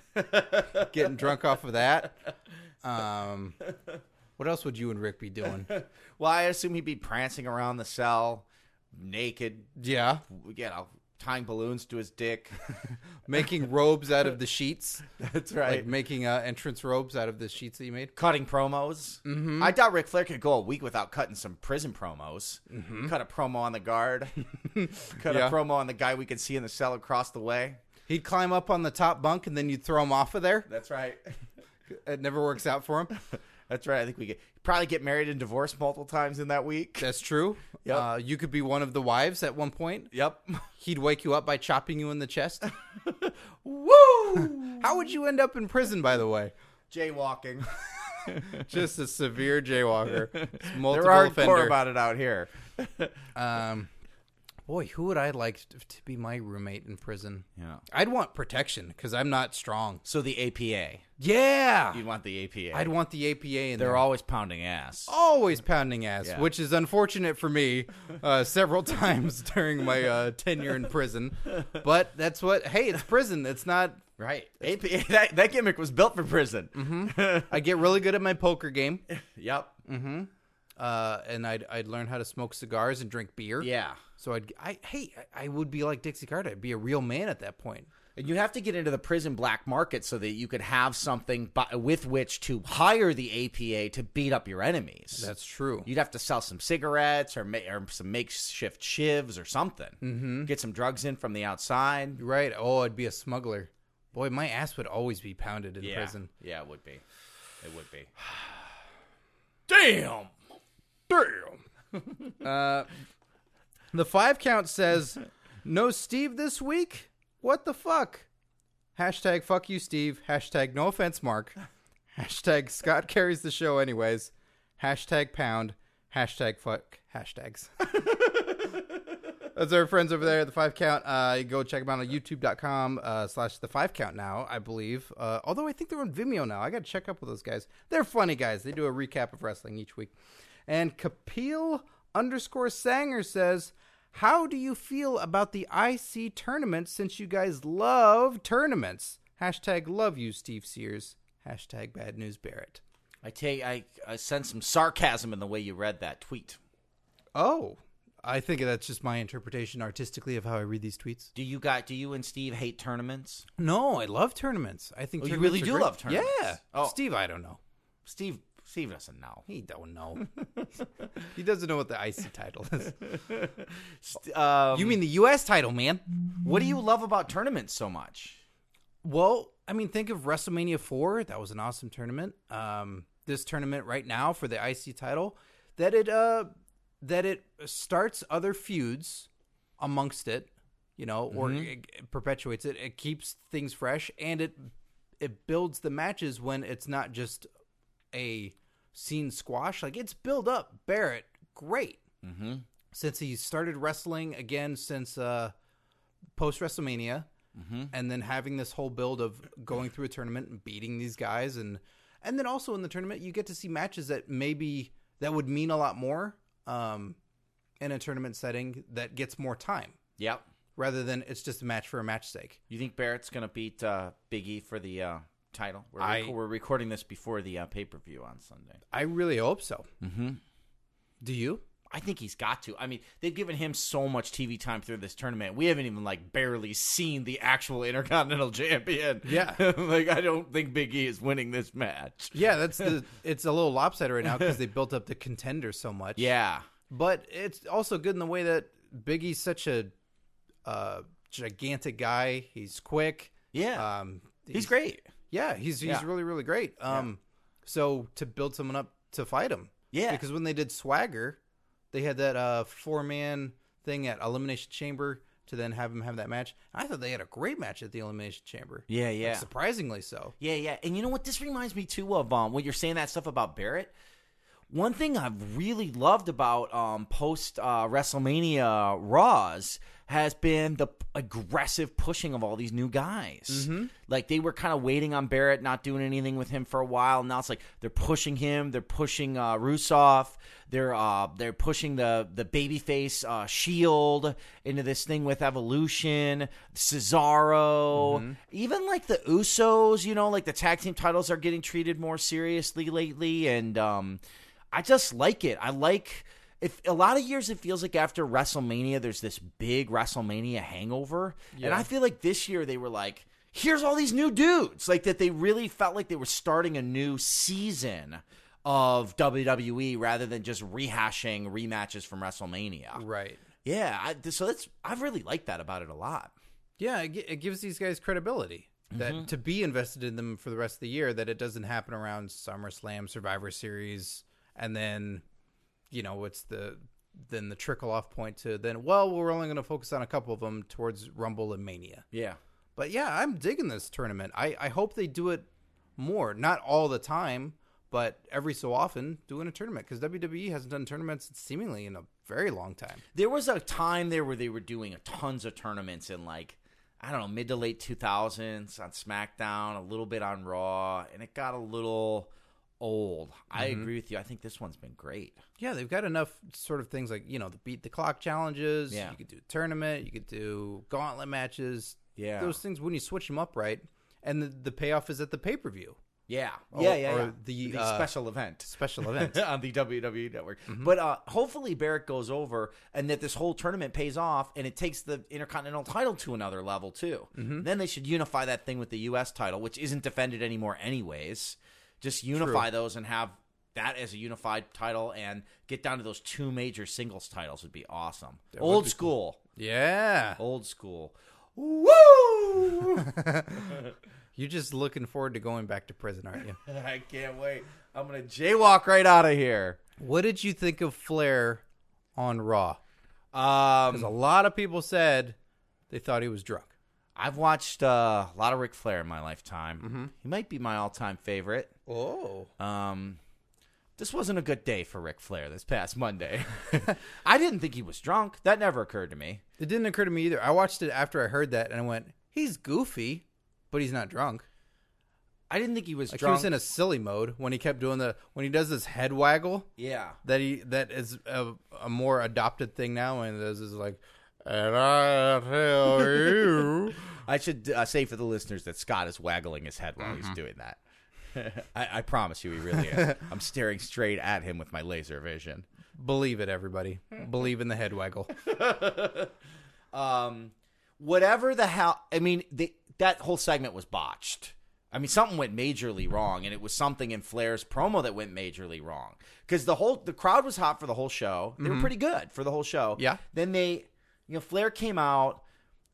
Speaker 1: getting drunk off of that. Um, what else would you and Rick be doing?
Speaker 2: Well, I assume he'd be prancing around the cell. naked,
Speaker 1: Yeah,
Speaker 2: you know, tying balloons to his dick. (laughs)
Speaker 1: making robes out of the sheets.
Speaker 2: That's
Speaker 1: Like making uh, entrance robes out of the sheets that you made.
Speaker 2: cutting promos. Mm-hmm. I doubt Ric Flair could go a week without cutting some prison promos. Cut a promo on the (laughs) guard. Cut
Speaker 1: Yeah.
Speaker 2: a promo on the guy we could see in the cell across the way.
Speaker 1: He'd climb up on the top bunk and then you'd throw him off of there.
Speaker 2: That's right.
Speaker 1: It never works out for him.
Speaker 2: (laughs) That's right. I think we could probably get married and divorced multiple times in that week.
Speaker 1: That's true.
Speaker 2: Yep.
Speaker 1: Uh, you could be one of the wives at one point.
Speaker 2: Yep.
Speaker 1: He'd wake you up by chopping you in the chest.
Speaker 2: (laughs) Woo!
Speaker 1: (laughs) How would you end up in prison, by the way?
Speaker 2: (laughs) Jaywalking.
Speaker 1: Just a severe jaywalker.
Speaker 2: (laughs)
Speaker 1: It's
Speaker 2: They're
Speaker 1: Multiple
Speaker 2: hardcore
Speaker 1: offender.
Speaker 2: about it out here.
Speaker 1: um, boy, who would I like to, to be my roommate in prison?
Speaker 2: Yeah.
Speaker 1: I'd want protection because I'm not strong.
Speaker 2: So the APA.
Speaker 1: Yeah.
Speaker 2: You'd want the APA.
Speaker 1: I'd want the APA in
Speaker 2: They're
Speaker 1: there.
Speaker 2: always pounding ass.
Speaker 1: always pounding ass,
Speaker 2: Yeah.
Speaker 1: which is unfortunate for me uh, several (laughs) times during my uh, tenure in prison. But that's what, hey, it's prison. It's not.
Speaker 2: Right. Mm-hmm. APA. (laughs) That, that gimmick was built for prison.
Speaker 1: I get really good at my poker game,
Speaker 2: Yep.
Speaker 1: uh, and I'd, I'd learn how to smoke cigars and drink beer.
Speaker 2: Yeah.
Speaker 1: So I'd, I, hey, I I would be like Dixie Carter. I'd be a real man at that point.
Speaker 2: And you have to get into the prison black market so that you could have something bu with which to hire the APA to beat up your enemies.
Speaker 1: That's true.
Speaker 2: You'd have to sell some cigarettes or, ma- or some makeshift shivs or something. Mm-hmm. Get some drugs in from the outside.
Speaker 1: You're right. Oh, I'd be a smuggler. Boy, my ass would always be pounded in prison.
Speaker 2: Yeah, it would be. It would be. Damn.
Speaker 1: Damn. (laughs) uh, the five count says, "No Steve this week. What the fuck?" Hashtag fuck you Steve. Hashtag no offense Mark. Hashtag Scott carries the show anyways. Hashtag pound. Hashtag fuck. Hashtags. That's our friends over there at the Five Count. Uh, you go check them out on YouTube.com uh, slash the Five Count now, I believe. Uh, although I think they're on Vimeo now. I got to check up with those guys. They're funny guys. They do a recap of wrestling each week. And Kapil underscore Sanger says, "How do you feel about the IC tournament? Since you guys love tournaments, hashtag love you Steve Sears, hashtag bad news Barrett."
Speaker 2: I take. I, I sense some sarcasm in the way you read that tweet.
Speaker 1: Oh, I think that's just my interpretation artistically of how I read these tweets.
Speaker 2: Do you got? Do you and Steve hate tournaments?
Speaker 1: No, I love tournaments. I think
Speaker 2: Oh, you
Speaker 1: tournaments
Speaker 2: really
Speaker 1: are
Speaker 2: do
Speaker 1: great.
Speaker 2: love tournaments?
Speaker 1: Yeah.
Speaker 2: Oh.
Speaker 1: Steve, I don't know.
Speaker 2: Steve. Steve doesn't know.
Speaker 1: He don't
Speaker 2: (laughs)
Speaker 1: know. he doesn't know what the IC title is.
Speaker 2: St- um,
Speaker 1: You mean the US title, man?
Speaker 2: What do you love about tournaments so much?
Speaker 1: Well, I mean, think of WrestleMania 4. That was an awesome tournament. Um, this tournament right now for the IC title, that it uh that it starts other feuds amongst it, you know, or it, it perpetuates it. It keeps things fresh and it it builds the matches when it's not just a scene squash. Like it's build up Barrett great mm-hmm. since he started wrestling again since uh, post WrestleMania, and then having this whole build of going through a tournament and beating these guys, and and then also in the tournament you get to see matches that maybe that would mean a lot more um, in a tournament setting that gets more time
Speaker 2: Yep.
Speaker 1: rather than it's just a match for a match's sake.
Speaker 2: You think Barrett's going to beat uh, Big E for the uh, title? We're,
Speaker 1: I-
Speaker 2: we're recording this before the uh, pay per view on Sunday.
Speaker 1: I really hope so. Mm-hmm. Do you?
Speaker 2: I think he's got to. I mean, they've given him so much TV time through this tournament. We haven't even like barely seen the actual Intercontinental (laughs) Champion.
Speaker 1: Yeah.
Speaker 2: (laughs) like I don't think Big E is winning this match.
Speaker 1: Yeah, that's the. (laughs) it's a little lopsided right now because they built up the contender so much.
Speaker 2: Yeah.
Speaker 1: but it's also good in the way that Biggie's such a uh, gigantic guy. He's quick.
Speaker 2: Yeah.
Speaker 1: Um,
Speaker 2: Uh, he's great.
Speaker 1: Yeah, he's he's
Speaker 2: Yeah.
Speaker 1: really really great. Um, so to build someone up to fight him.
Speaker 2: Yeah.
Speaker 1: because when they did Swagger, they had that uh, four man thing at Elimination Chamber to then have him have that match. I thought they had a great match at the Elimination Chamber.
Speaker 2: Yeah, yeah.
Speaker 1: surprisingly so.
Speaker 2: Yeah, yeah. And you know what? This reminds me too of um, when you're saying that stuff about Barrett. One thing I've really loved about um, post uh, WrestleMania Raws has been the p- aggressive pushing of all these new guys. Like they were kind of waiting on Barrett, not doing anything with him for a while. Now it's like they're pushing him, they're pushing uh, Rusev, they're uh, they're pushing the the babyface uh, Shield into this thing with Evolution, Cesaro, even like the Usos. You know, like the tag team titles are getting treated more seriously lately, and um, I just like it. I like if a lot of years it feels like after WrestleMania there's this big WrestleMania hangover, and
Speaker 1: Yeah.
Speaker 2: I feel like this year they were like, here's all these new dudes, like that they really felt like they were starting a new season of WWE rather than just rehashing rematches from WrestleMania.
Speaker 1: Right.
Speaker 2: Yeah, I, th- so that's I've really liked that about it a lot.
Speaker 1: Yeah, it, gi- it gives these guys credibility that to be invested in them for the rest of the year. That it doesn't happen around SummerSlam, Survivor Series, and then you know what's the then the trickle off point to then well we're only going to focus on a couple of them towards Rumble and Mania.
Speaker 2: Yeah,
Speaker 1: But yeah, I'm digging this tournament. I I hope they do it more, not all the time, but every so often doing a tournament because WWE E hasn't done tournaments seemingly in a very long time.
Speaker 2: there was a time there where they were doing tons of tournaments in like I don't know mid to late two thousands on SmackDown, a little bit on Raw, and it got a little old. I agree with you. I think this one's been great.
Speaker 1: Yeah, they've got enough sort of things like you know the beat the clock challenges.
Speaker 2: Yeah.
Speaker 1: you could do tournament, you could do gauntlet matches.
Speaker 2: Yeah.
Speaker 1: those things when you switch them up right, and the, the payoff is at the pay per view
Speaker 2: Yeah,
Speaker 1: Oh, Or-
Speaker 2: yeah, yeah.
Speaker 1: or
Speaker 2: yeah.
Speaker 1: the, uh,
Speaker 2: special event. (laughs)
Speaker 1: special event.
Speaker 2: on the WWE network. But uh, hopefully Barrett goes over and that this whole tournament pays off and it takes the Intercontinental title to another level too. Then they should unify that thing with the US title, which isn't defended anymore anyways. Just unify those and have that as a unified title and get down to those two major singles titles would be awesome. Old school.
Speaker 1: yeah,
Speaker 2: Old school. Woo! (laughs)
Speaker 1: you're just looking forward to going back to prison, aren't
Speaker 2: (laughs)
Speaker 1: you?
Speaker 2: I can't wait. I'm going to jaywalk right out of here.
Speaker 1: what did you think of Flair on Raw?
Speaker 2: Um,
Speaker 1: Because a lot of people said they thought he was drunk.
Speaker 2: I've watched uh, a lot of Ric Flair in my lifetime.
Speaker 1: Mm-hmm.
Speaker 2: He might be my all-time favorite.
Speaker 1: Oh,
Speaker 2: Um, this wasn't a good day for Ric Flair this past Monday. (laughs) I didn't think he was drunk. That never occurred to me.
Speaker 1: it didn't occur to me either. I watched it after I heard that, and I went, "He's goofy, but he's not drunk."
Speaker 2: I didn't think he was
Speaker 1: Like
Speaker 2: drunk.
Speaker 1: he was in a silly mode when he kept doing the when he does this head waggle
Speaker 2: yeah.
Speaker 1: that he that is a, a more adopted thing now and this is like and I tell you
Speaker 2: I should uh, say for the listeners that Scott is waggling his head while
Speaker 1: Mm-hmm.
Speaker 2: he's doing that. (laughs) I, I promise you, he
Speaker 1: (laughs)
Speaker 2: really is. I'm staring straight at him with my laser vision.
Speaker 1: believe it everybody believe in the head waggle
Speaker 2: um, whatever the hell. I mean, they, that whole segment was botched. I mean, something went majorly wrong, and it was something in Flair's promo that went majorly wrong because the whole the crowd was hot for the whole show. They were pretty good for the whole show.
Speaker 1: Yeah.
Speaker 2: Then they, you know, Flair came out.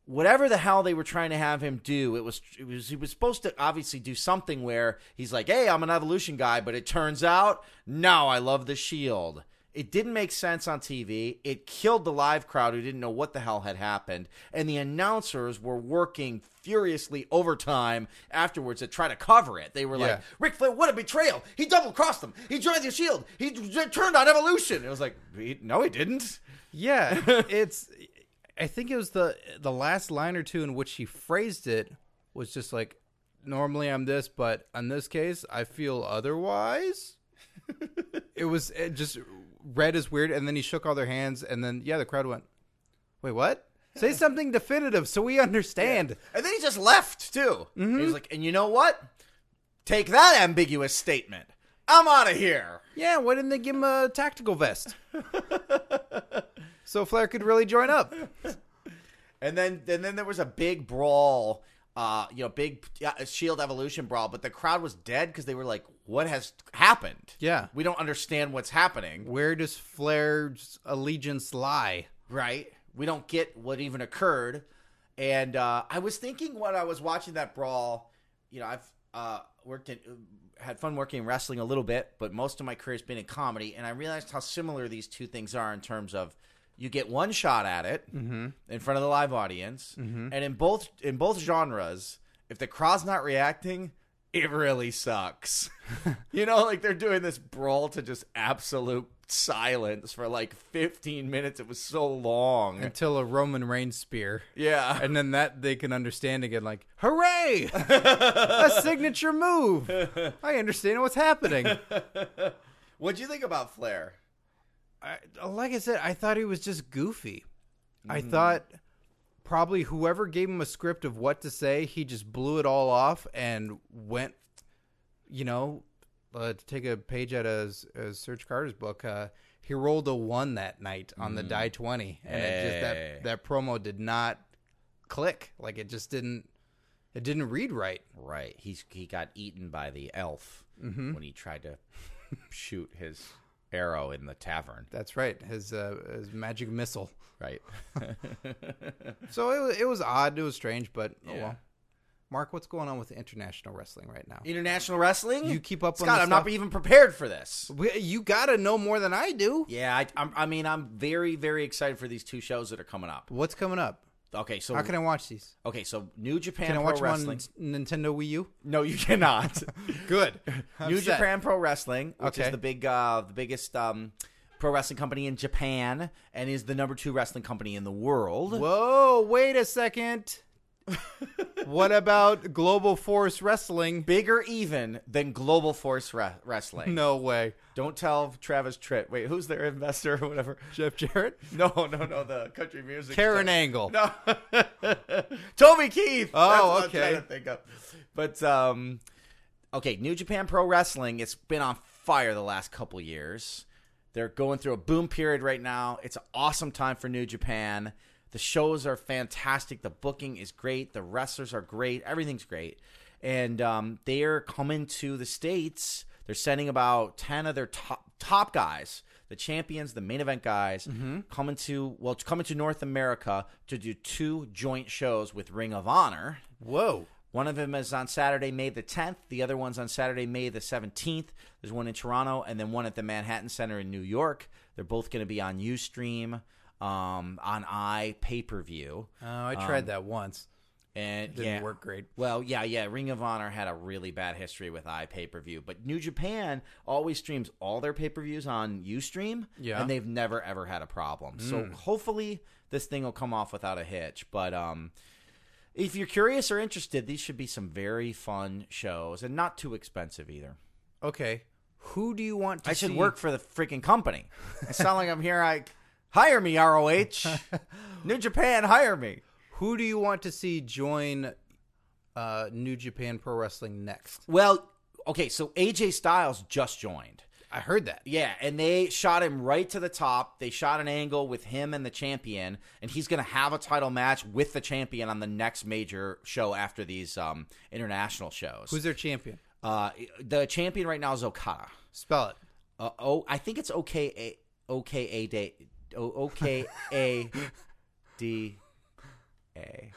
Speaker 2: Whatever the hell they were trying to have him do, it was it was he was supposed to obviously do something where he's like, "Hey, I'm an evolution guy," but it turns out, no, I love the Shield. It didn't make sense on TV. It killed the live crowd who didn't know what the hell had happened, and the announcers were working furiously overtime afterwards to try to cover it. They were like,
Speaker 1: Yeah.
Speaker 2: Ric Flair, what a betrayal! He double crossed them. He joined the Shield. He d- turned on Evolution. It was like, "He- no, he didn't.
Speaker 1: yeah it's I think it was the the last line or two in which he phrased it was just like normally I'm this but in this case I feel otherwise it was it just red is weird and then he shook all their hands and then yeah the crowd went wait what say something definitive so we understand
Speaker 2: And then he just left too. He was like, and you know what? Take that ambiguous statement. I'm out of here.
Speaker 1: yeah why didn't they give him a tactical vest so Flair could really join up
Speaker 2: And then and then there was a big brawl. Uh, you know, big uh, Shield Evolution brawl, but the crowd was dead because they were like, "What has happened?
Speaker 1: Yeah.
Speaker 2: we don't understand what's happening,
Speaker 1: where does Flair's allegiance lie
Speaker 2: right? We don't get what even occurred." And uh, I was thinking when I was watching that brawl, you know, I've uh, worked in, had fun working in wrestling a little bit, but most of my career has been in comedy, and I realized how similar these two things are in terms of you get one shot at it in front of the live audience, and in both in both genres, if the crowd's not reacting, it really sucks. you know, like they're doing this brawl to just absolute silence for like 15 minutes. It was so long.
Speaker 1: until a Roman Reigns spear
Speaker 2: Yeah.
Speaker 1: (laughs) and then that they can understand again like hooray a signature move i understand what's happening
Speaker 2: What'd you think about Flair?
Speaker 1: I, like i said i thought he was just goofy i thought probably whoever gave him a script of what to say he just blew it all off and went you know uh, to take a page out of, uh, Serge Carter's book, uh, he rolled a one that night on the die twenty, and it just
Speaker 2: Hey.
Speaker 1: that that promo did not click. Like it just didn't. It didn't read right.
Speaker 2: Right. He's he got eaten by the elf when he tried to shoot his arrow in the tavern.
Speaker 1: That's right. His uh, his magic missile.
Speaker 2: Right.
Speaker 1: So it was, it was odd. It was strange, but oh
Speaker 2: Yeah.
Speaker 1: well. Mark, what's going on with international wrestling right now?
Speaker 2: International wrestling.
Speaker 1: You keep up on
Speaker 2: Scott.
Speaker 1: the
Speaker 2: I'm
Speaker 1: stuff?
Speaker 2: not even prepared for this.
Speaker 1: We- You gotta know more than I do.
Speaker 2: Yeah, I, I'm, I mean, I'm very, very excited for these two shows that are coming up.
Speaker 1: What's coming up?
Speaker 2: Okay, so
Speaker 1: How can I watch these?
Speaker 2: okay, so New Japan
Speaker 1: Can I
Speaker 2: Pro
Speaker 1: watch them on
Speaker 2: Wrestling.
Speaker 1: N- Nintendo Wii
Speaker 2: (laughs)
Speaker 1: U?
Speaker 2: No, you (laughs) cannot.
Speaker 1: Good.
Speaker 2: New Japan Pro Wrestling, which
Speaker 1: Okay.
Speaker 2: is the big, uh, the biggest um, pro wrestling company in Japan, and is the number two wrestling company in the world.
Speaker 1: Whoa, wait a
Speaker 2: (laughs)
Speaker 1: second. what about Global Force Wrestling?
Speaker 2: (laughs) Bigger even than Global Force Re- Wrestling.
Speaker 1: No way.
Speaker 2: Don't tell Travis Tritt. Wait, who's their investor or whatever?
Speaker 1: Jeff Jarrett?
Speaker 2: (laughs) No, no, no. The country music.
Speaker 1: Karen Angle.
Speaker 2: No. Toby Keith.
Speaker 1: Oh,
Speaker 2: That's what I'm
Speaker 1: okay.
Speaker 2: trying to think of. But um, okay, New Japan Pro Wrestling. It's been on fire the last couple years. They're going through a boom period right now. It's an awesome time for New Japan. The shows are fantastic. The booking is great. The wrestlers are great. Everything's great. And um, they're coming to the states. They're sending about ten of their top top guys, the champions, the main event guys, coming to well, coming to North America to do two joint shows with Ring of Honor.
Speaker 1: Whoa.
Speaker 2: One of them is on Saturday, May the 10th. The other one's on Saturday, May the 17th. There's one in Toronto and then one at the Manhattan Center in New York. They're both going to be on Ustream, um, on i pay per view,
Speaker 1: Oh, I tried that once.
Speaker 2: and
Speaker 1: Didn't
Speaker 2: yeah.
Speaker 1: work great.
Speaker 2: Well, yeah, yeah. Ring of Honor had a really bad history with pay per view, but New Japan always streams all their pay per views on UStream,
Speaker 1: Yeah.
Speaker 2: and they've never ever had a problem. So hopefully this thing will come off without a hitch. But um, if you're curious or interested, these should be some very fun shows and not too expensive either.
Speaker 1: Okay. Who do you want to
Speaker 2: I should
Speaker 1: see-
Speaker 2: work for the freaking company. It's not like I'm here. I hire me, (laughs) ROH, New Japan, hire me.
Speaker 1: Who do you want to see join uh, New Japan Pro Wrestling next?
Speaker 2: Well, okay, so AJ Styles just joined.
Speaker 1: I heard that.
Speaker 2: Yeah, and they shot him right to the top. They shot an angle with him and the champion, and he's going to have a title match with the champion on the next major show after these um, international shows.
Speaker 1: Who's their champion?
Speaker 2: uh, the champion right now is Okada.
Speaker 1: Spell it.
Speaker 2: Uh, oh, I think it's OKA OKA day O- OKA D A,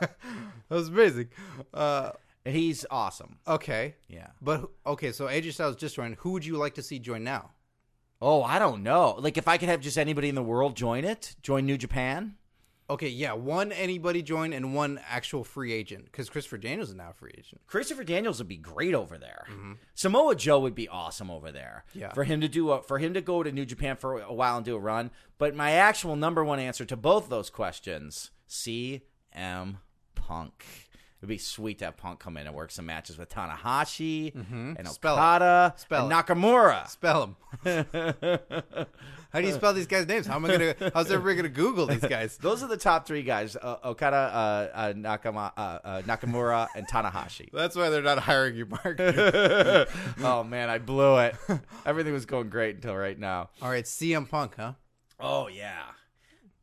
Speaker 1: That was amazing. Uh,
Speaker 2: and he's awesome.
Speaker 1: okay.
Speaker 2: Yeah.
Speaker 1: But, who- okay, so AJ Styles just joined. Who would you like to see join now?
Speaker 2: Oh, I don't know. Like if I could have just anybody in the world join it, join New Japan.
Speaker 1: Okay, yeah, one anybody join and one actual free agent because Christopher Daniels is now a free agent.
Speaker 2: Christopher Daniels would be great over there. Samoa Joe would be awesome over there.
Speaker 1: Mm-hmm. Yeah.
Speaker 2: For him to do a, for him to go to New Japan for a while and do a run. But my actual number one answer to both those questions, CM Punk. It'd be sweet to have Punk come in and work some matches with Tanahashi and
Speaker 1: Mm-hmm. Spell it.
Speaker 2: Okada
Speaker 1: Spell
Speaker 2: and
Speaker 1: it.
Speaker 2: Nakamura.
Speaker 1: (laughs) Spell them. How do you spell these guys' names? How am I gonna? How's everybody gonna Google these guys?
Speaker 2: Those are the top three guys: uh, Okada, uh, uh, Nakama, uh, uh, Nakamura, and
Speaker 1: (laughs)
Speaker 2: Tanahashi.
Speaker 1: That's why they're not hiring you, Mark.
Speaker 2: oh man, I blew it. Everything was going great until right now.
Speaker 1: All right, CM Punk, huh?
Speaker 2: Oh yeah.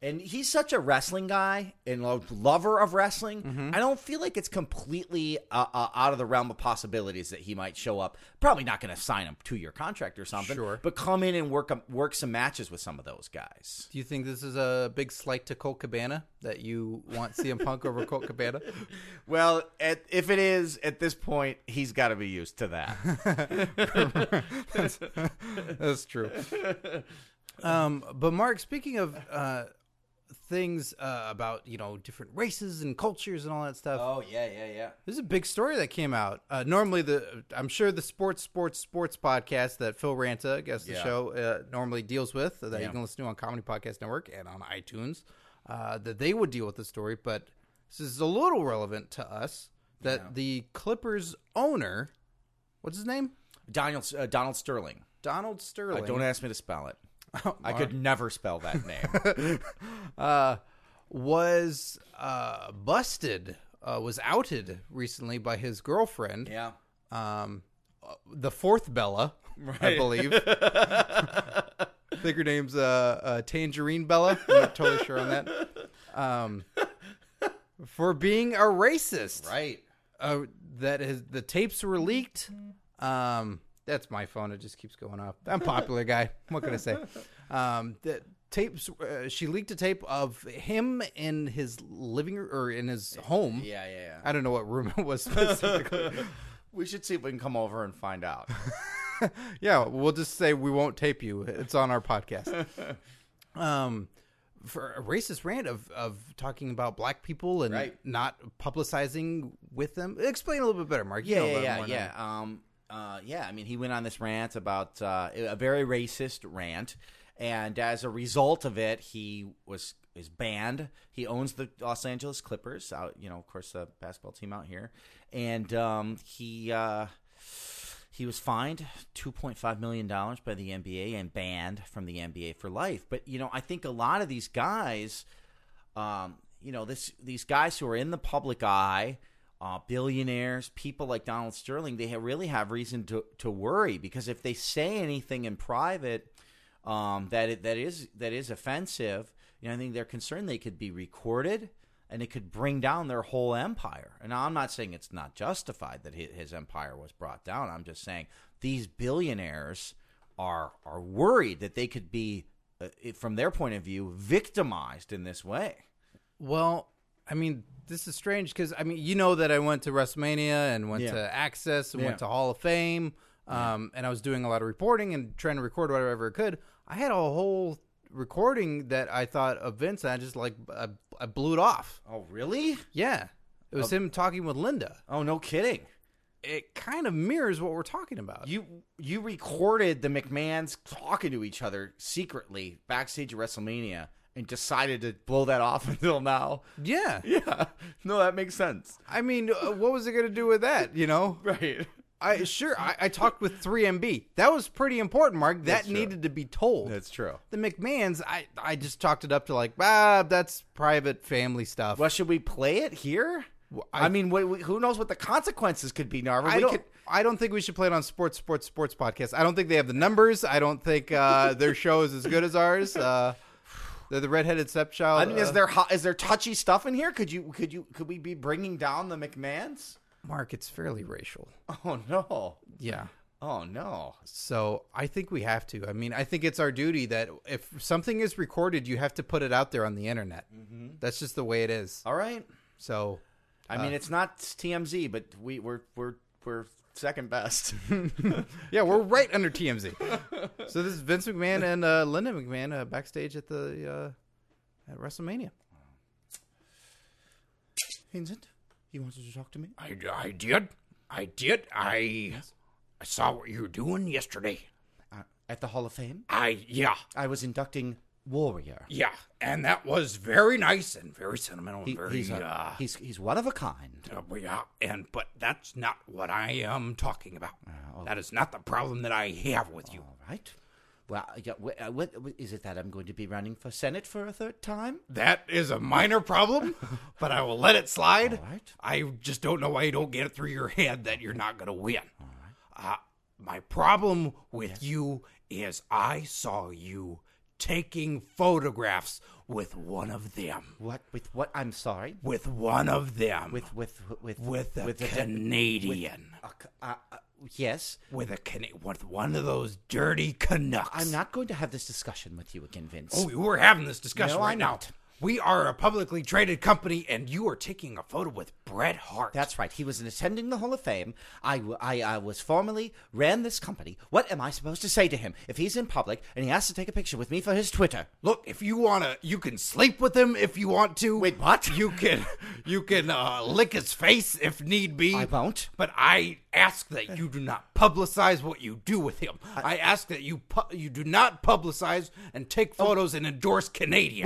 Speaker 2: And he's such a wrestling guy and lo- lover of wrestling. I don't feel like it's completely uh, uh, out of the realm of possibilities that he might show up. Probably not going to sign him to your contract or something.
Speaker 1: Sure.
Speaker 2: But come in and work a, work some matches with some of those guys.
Speaker 1: Do you think this is a big slight to Colt Cabana that you want CM Punk over Colt Cabana? (laughs)
Speaker 2: Well, at, if it is at this point, he's got to be used to that.
Speaker 1: That's true. Um, but Mark, speaking of uh, things uh, about you know different races and cultures and all that stuff,
Speaker 2: (laughs) oh yeah, yeah, yeah.
Speaker 1: This is a big story that came out. Uh, normally, the I'm sure the sports, sports, sports podcast that Phil Ranta, I guess the
Speaker 2: Yeah.
Speaker 1: show uh, normally deals with that you
Speaker 2: Yeah.
Speaker 1: can listen to on Comedy Podcast Network and on iTunes, uh, that they would deal with the story. But this is a little relevant to us that the Clippers owner, what's his name,
Speaker 2: Daniel uh, Donald Sterling.
Speaker 1: Donald Sterling.
Speaker 2: Don't ask me to spell it. I could never spell that (laughs) name.
Speaker 1: uh, was uh, busted, uh, was outed recently by his girlfriend.
Speaker 2: yeah. (laughs)
Speaker 1: um, uh, the fourth Bella, I believe, think her name's uh, uh, Tangerine Bella. I'm not totally sure on that. Um, for being a racist.
Speaker 2: right.
Speaker 1: Uh, that is the tapes were leaked. Um, that's my phone. It just keeps going off. I'm a popular guy. What can I say? Um, the tapes. Uh, she leaked a tape of him in his living room or in his home.
Speaker 2: Yeah, yeah, yeah.
Speaker 1: I don't know what room it was (laughs) specifically.
Speaker 2: We should see if we can come over and find out.
Speaker 1: yeah, we'll just say we won't tape you. It's on our
Speaker 2: (laughs)
Speaker 1: podcast. um, for a racist rant of of talking about black people and
Speaker 2: Right.
Speaker 1: not publicizing with them. Explain a little bit better, Mark. You know
Speaker 2: yeah,
Speaker 1: about it
Speaker 2: yeah,
Speaker 1: more
Speaker 2: yeah,
Speaker 1: than I do.
Speaker 2: yeah. Um, uh, yeah. I mean, he went on this rant about uh, a very racist rant, and as a result of it, he was is banned. He owns the Los Angeles Clippers, out you know, of course, the basketball team out here, and um, he. Uh, he was fined $2.5 million by the NBA and banned from the NBA for life. But, you know, I think a lot of these guys, um, you know, this these guys who are in the public eye, uh, billionaires, people like Donald Sterling, they ha- really have reason to, to worry because if they say anything in private um, that it, that is that is offensive, you know, I think they're concerned they could be recorded and it could bring down their whole empire. And I'm not saying it's not justified that hi- his empire was brought down. I'm just saying these billionaires are are worried that they could be uh, it- from their point of view victimized in this way.
Speaker 1: Well, I mean, this is strange because I mean, you know that I went to WrestleMania and went
Speaker 2: Yeah.
Speaker 1: to Access and
Speaker 2: Yeah.
Speaker 1: went to Hall of Fame, um, and I was doing a lot of reporting and trying to record whatever I could. I had a whole recording that I thought of Vince, and I just like I, I blew it off.
Speaker 2: Oh, really?
Speaker 1: Yeah, it was him talking with Linda.
Speaker 2: Oh, no kidding.
Speaker 1: It kind of mirrors what we're talking about.
Speaker 2: You you recorded the McMahons talking to each other secretly backstage at WrestleMania and decided to blow that off (laughs) until now.
Speaker 1: yeah,
Speaker 2: Yeah. No, that makes sense.
Speaker 1: I mean, uh, what was it going to do with that? You know,
Speaker 2: Right.
Speaker 1: I sure I, I talked with 3MB. That was pretty important, Mark. That
Speaker 2: That's true.
Speaker 1: needed to be told.
Speaker 2: That's true.
Speaker 1: the McMahons, I, I just talked it up to like, ah, that's private family stuff.
Speaker 2: Well, should we play it here? I,
Speaker 1: I-
Speaker 2: mean, wh- wh- who knows what the consequences could be, Narva?
Speaker 1: I
Speaker 2: we
Speaker 1: don't,
Speaker 2: could
Speaker 1: I don't think we should play it on sports, sports, sports podcast. I don't think they have the numbers. I don't think
Speaker 2: (laughs)
Speaker 1: uh, their show is as good as ours. Uh, they're the redheaded stepchild.
Speaker 2: I mean, is
Speaker 1: uh,
Speaker 2: there ho- is there touchy stuff in here? Could you could you could we be bringing down the McMahons? (laughs)
Speaker 1: Mark? It's fairly racial.
Speaker 2: Oh no!
Speaker 1: Yeah.
Speaker 2: Oh no!
Speaker 1: So I think we have to. I mean, I think it's our duty that if something is recorded, you have to put it out there on the internet. That's just the way it is.
Speaker 2: All right.
Speaker 1: So (laughs)
Speaker 2: I mean, it's not TMZ, but we we're we're we're second best.
Speaker 1: Yeah, we're right under TMZ. so this is Vince McMahon and uh, Linda McMahon uh, backstage at the uh, at WrestleMania.
Speaker 2: (laughs) Vincent, you wanted to talk to me?
Speaker 4: I, I did. I did. I, I saw what you were doing yesterday.
Speaker 2: Uh, at the Hall of Fame,
Speaker 4: I, yeah,
Speaker 2: I was inducting Warrior.
Speaker 4: yeah. And that was very nice and very sentimental
Speaker 2: He-
Speaker 4: and very,
Speaker 2: he's, a-
Speaker 4: uh,
Speaker 2: he's he's one of a kind.
Speaker 4: uh, yeah. And, but that's not what I am talking about.
Speaker 2: Ah,
Speaker 4: That is not the problem that I have with you.
Speaker 2: All right. Well, yeah, wh- uh, what, what, is it that I'm going to be running for Senate for a third time?
Speaker 4: That is a minor problem, (laughs) but I will let it slide.
Speaker 2: All right.
Speaker 4: I just don't know why you don't get it through your head that you're not going to win. Uh, my problem with you is I saw you taking photographs with one of them.
Speaker 2: What with what? I'm sorry.
Speaker 4: With one of them.
Speaker 2: With with with
Speaker 4: with a
Speaker 2: with
Speaker 4: Canadian.
Speaker 2: a c- uh, uh, yes.
Speaker 4: with a Can- with one of those dirty Canucks.
Speaker 2: I'm not going to have this discussion with you again, Vince.
Speaker 4: Oh, we're having this discussion
Speaker 2: No,
Speaker 4: right
Speaker 2: I'm
Speaker 4: now.
Speaker 2: not.
Speaker 4: We are a publicly traded company, and you are taking a photo with Bret Hart.
Speaker 2: That's right. He was an attending the Hall of Fame. I, w- I- I was formerly ran this company. What am I supposed to say to him if he's in public and he has to take a picture with me for his Twitter?
Speaker 4: Look, if you wanna, you can sleep with him if you want to.
Speaker 2: Wait, what?
Speaker 4: You can, you can uh, lick his face if need be.
Speaker 2: I won't.
Speaker 4: But I ask that you do not publicize what you do with him. I, ask that you pu- you do not publicize and take photos and endorse Canadians.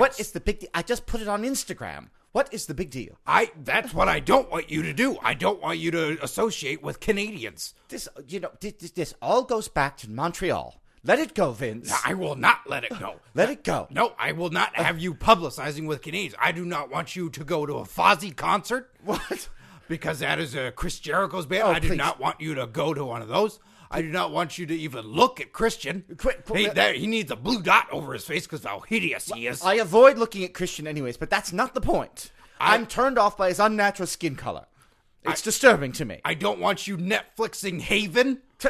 Speaker 2: Oh. What is the big deal? I just put it on Instagram. What is the big deal?
Speaker 4: I? That's what I don't want you to do. I don't want you to associate with Canadians.
Speaker 2: This, you know, this, this, this all goes back to Montreal. Let it go, Vince.
Speaker 4: I (laughs) will not let it go.
Speaker 2: (sighs) Let it go.
Speaker 4: No, I will not have you publicizing with Canadians. I do not want you to go to a Fozzy concert. What? Because that is a Chris Jericho's band. I do
Speaker 2: Oh, please.
Speaker 4: not want you to go to one of those. I do not want you to even look at Christian.
Speaker 2: Quick, quick,
Speaker 4: Hey,
Speaker 2: uh,
Speaker 4: there, he needs a blue dot over his face because how hideous he is.
Speaker 2: I avoid looking at Christian anyways, but that's not the point. I, am turned off by his unnatural skin color. It's disturbing to me.
Speaker 4: I don't want you Netflixing Haven.
Speaker 2: T-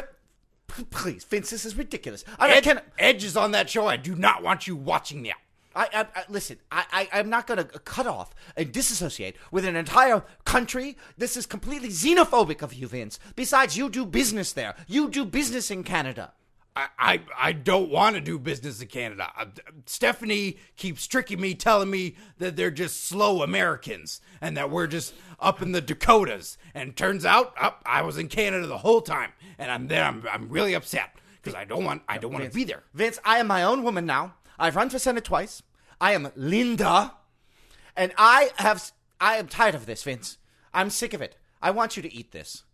Speaker 2: p- please, Vince, this is ridiculous. I, I
Speaker 4: Ed-
Speaker 2: can't.
Speaker 4: Edge is on that show. I do not want you watching that.
Speaker 2: I, I, I listen. I, I, I'm not going to cut off and disassociate with an entire country. This is completely xenophobic of you, Vince. Besides, you do business there. You do business in Canada.
Speaker 4: I, I, I don't want to do business in Canada. I- Stephanie keeps tricking me, telling me that they're just slow Americans and that we're just up in the Dakotas. And turns out, up I was in Canada the whole time, and I'm there. I'm, I'm really upset because I don't want I don't want to be there.
Speaker 2: Vince, I am my own woman now. I've run for senate twice. I am Linda, and I have. I am tired of this, Vince. I'm sick of it. I want you to eat this.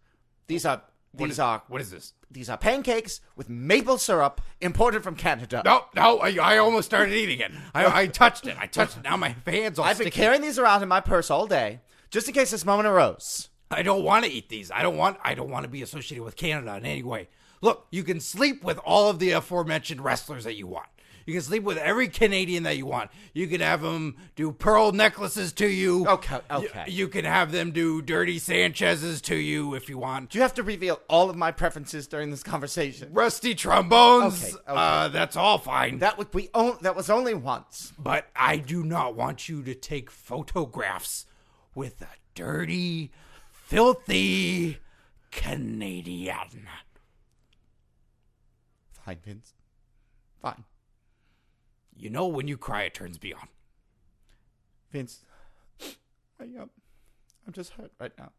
Speaker 2: These are these
Speaker 4: is-
Speaker 2: are
Speaker 4: What is this?
Speaker 2: these are pancakes with maple syrup imported from Canada.
Speaker 4: No, no, I, I almost started eating it. I, I touched it. I touched it. Now my hands all
Speaker 2: I've been
Speaker 4: sticky.
Speaker 2: carrying these around in my purse all day, just in case this moment arose.
Speaker 4: I don't want to eat these. I don't want. I don't want to be associated with Canada in any way. Look, you can sleep with all of the aforementioned wrestlers that you want. You can sleep with every Canadian that you want. You can have them do pearl necklaces to you.
Speaker 2: Okay,
Speaker 4: You-
Speaker 2: okay.
Speaker 4: You, can have them do dirty Sanchez's to you if you want.
Speaker 2: Do you have to reveal all of my preferences during this conversation?
Speaker 4: Rusty trombones.
Speaker 2: Okay, okay.
Speaker 4: Uh, that's all fine.
Speaker 2: That would we on, that was only once.
Speaker 4: but I do not want you to take photographs with a dirty, filthy Canadian.
Speaker 2: Fine, Vince. Fine.
Speaker 4: You know when you cry, it turns beyond.
Speaker 2: Vince, (sniffs) I um, I'm just hurt right now.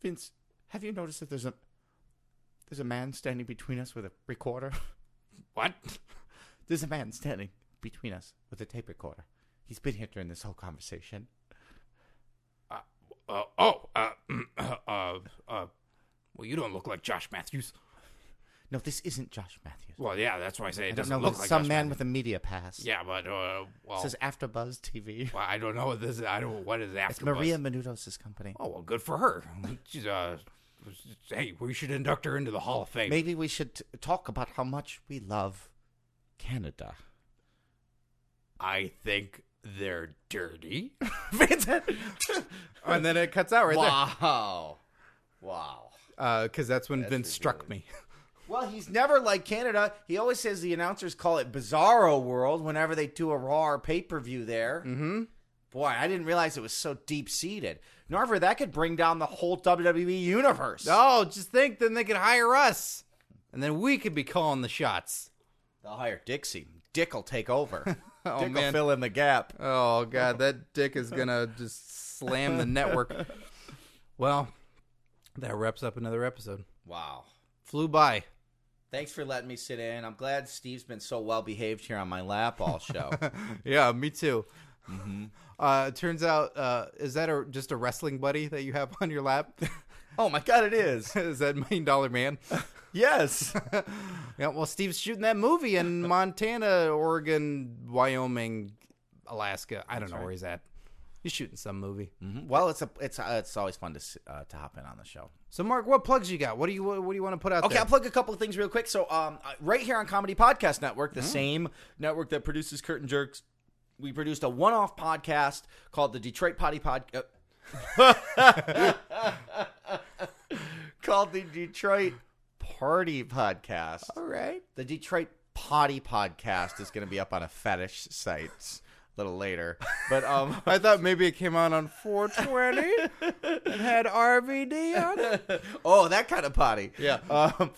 Speaker 2: Vince, have you noticed that there's a there's a man standing between us with a recorder? (laughs)
Speaker 4: What?
Speaker 2: There's a man standing between us with a tape recorder. He's been here during this whole conversation.
Speaker 4: Uh, oh, uh, (clears throat) uh, uh, uh, well, you don't look like Josh Matthews.
Speaker 2: No, this isn't Josh Matthews.
Speaker 4: Well, yeah, that's why I say it
Speaker 2: I don't
Speaker 4: doesn't
Speaker 2: know.
Speaker 4: look
Speaker 2: it's
Speaker 4: like
Speaker 2: some
Speaker 4: Josh
Speaker 2: man
Speaker 4: Matthews.
Speaker 2: with a media pass.
Speaker 4: Yeah, but uh,
Speaker 2: It
Speaker 4: well,
Speaker 2: says AfterBuzz TV.
Speaker 4: well, I don't know what this. Is. I don't. What is after?
Speaker 2: It's Maria Menounos' company.
Speaker 4: Oh well, good for her. (laughs) She's uh, hey, we should induct her into the Hall of Fame.
Speaker 2: Maybe we should t- talk about how much we love Canada.
Speaker 4: I think they're
Speaker 2: (laughs)
Speaker 4: dirty.
Speaker 2: Vince,
Speaker 4: (laughs)
Speaker 1: and then it cuts out right
Speaker 2: wow, wow.
Speaker 1: there because that's when Vince
Speaker 4: Struck me.
Speaker 2: Well, he's never like Canada. He always says the announcers call it Bizarro World whenever they do a Raw or pay per view there. Mm-hmm. Boy, I didn't realize it was so deep seated. Narver, that could bring down the whole WWE universe.
Speaker 1: Oh, just think, then they could hire us, and then we could be calling the shots.
Speaker 2: They'll hire Dixie. Dick will take (laughs) over.
Speaker 1: Oh,
Speaker 2: Dick will
Speaker 1: man.
Speaker 2: fill in the gap.
Speaker 1: Oh god, that dick is gonna just slam the network. Well, that wraps up another episode.
Speaker 2: Wow.
Speaker 1: Flew by.
Speaker 2: Thanks for letting me sit in. I'm glad Steve's been so well behaved here on my lap all show.
Speaker 1: Yeah, me too.
Speaker 2: Mm-hmm.
Speaker 1: (laughs) Uh, it turns out, uh, is that a, just a wrestling buddy that you have (laughs) on your lap?
Speaker 2: oh my God, it is.
Speaker 1: (laughs) is that Million Dollar Man?
Speaker 2: (laughs) Yes.
Speaker 1: (laughs) yeah, well, Steve's shooting that movie
Speaker 2: (laughs)
Speaker 1: in Montana, Oregon, Wyoming, Alaska. I don't know where he's at. He's shooting some movie.
Speaker 2: Mm-hmm. well, it's a, it's a, it's always fun to s- uh, to hop in on the show.
Speaker 1: So, Mark, what plugs you got? What do you what do you want to put out
Speaker 2: Okay,
Speaker 1: there?
Speaker 2: I'll plug a couple of things real quick. So, um, uh, right here on Comedy Podcast Network,
Speaker 1: Mm.
Speaker 2: the same network that produces Curtain Jerks, we produced a one-off podcast called the Detroit Potty Pod. Uh, (laughs) called the Detroit Party Podcast.
Speaker 1: All right.
Speaker 2: The Detroit Potty Podcast is going to be up on a fetish site a little later, but um.
Speaker 1: (laughs) I thought maybe it came out on
Speaker 2: (laughs)
Speaker 1: 420 and had RVD on it.
Speaker 2: oh, that kind of potty. Yeah. Um,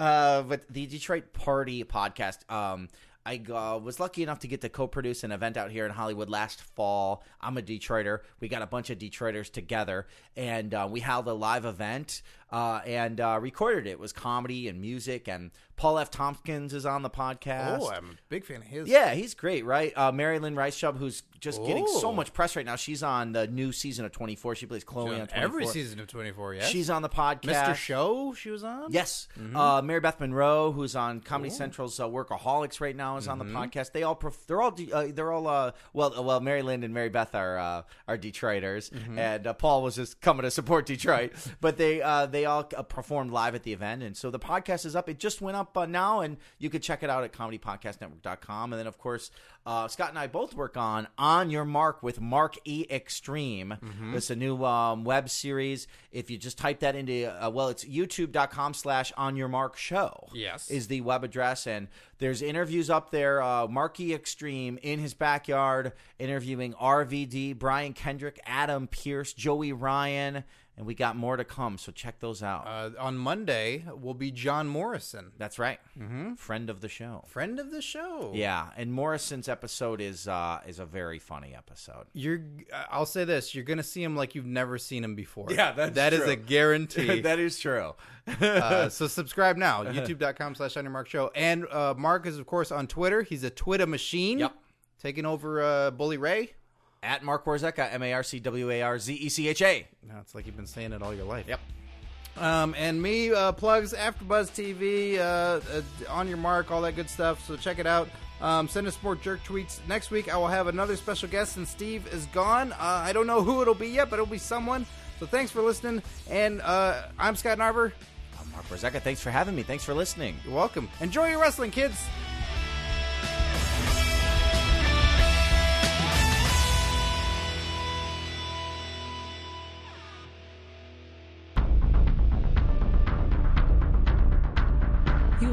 Speaker 2: uh, but the Detroit Party podcast. Um, I uh, was lucky enough to get to co-produce an event out here in Hollywood last fall. I'm a Detroiter. We got a bunch of Detroiters together, and uh, we held a live event uh, and uh, recorded it. It was comedy and music, and Paul F. Tompkins is on the podcast.
Speaker 1: Oh, I'm a big fan of his.
Speaker 2: Yeah, he's great, right? Uh, Marilyn Reischub, who's just getting so
Speaker 1: Oh.
Speaker 2: much press right now. She's on the new season of 24. She plays Chloe on 24.
Speaker 1: Every season of 24, yeah.
Speaker 2: She's on the podcast.
Speaker 1: Mr. Show, she was on?
Speaker 2: Yes, uh, Mary Beth Monroe, who's on Comedy Central's uh, Workaholics right now. now is on the podcast. They all pref- they're all de- uh, they're all uh, well uh, well Mary Lynn and Mary Beth are uh, are Detroiters, and uh, Paul was just coming to support Detroit. (laughs) but they uh, they all uh, performed live at the event, and so the podcast is up. It just went up uh, now, and you could check it out at comedypodcastnetwork.com. And then of course uh, Scott and I both work on On Your Mark with Mark E Extreme. It's a new um, web series. If you just type that into uh, well, it's youtube.com slash On Your Mark Show
Speaker 1: Yes.
Speaker 2: is the web address and there's interviews up there uh, marky extreme in his backyard interviewing rvd brian kendrick adam pierce joey ryan and we got more to come so check those out
Speaker 1: Uh, on Monday will be John Morrison,
Speaker 2: that's right mm-hmm. friend of the show
Speaker 1: friend of the show.
Speaker 2: yeah and morrison's episode is uh is a very funny (laughs) episode
Speaker 1: You're. uh, I'll say this: you're gonna see him like you've never seen him before.
Speaker 2: Yeah, that's
Speaker 1: That is
Speaker 2: true. (laughs)
Speaker 1: a guarantee.
Speaker 2: is true
Speaker 1: uh, so subscribe
Speaker 2: (laughs)
Speaker 1: now, youtube.com slash on your mark show. And uh, Mark is, of course, on Twitter. He's a Twitter machine.
Speaker 2: Yep.
Speaker 1: Taking over uh, Bully Ray.
Speaker 2: at mark warzeka E m-a-r-c-w-a-r-z-e-c-h-a
Speaker 1: No, it's like you've been saying it all your life. Yep. Um, and me uh, plugs AfterBuzz TV, uh, uh, on your mark, all that good stuff. So check it out. Um, send us more jerk tweets. Next week, I will have another special guest, and Steve is gone. Uh, I don't know who it'll be yet, but it'll be someone. So thanks for listening. And uh, I'm Scott Narver.
Speaker 2: I'm mark warzeka thanks for having me thanks for listening
Speaker 1: You're welcome. Enjoy your wrestling, kids.
Speaker 5: You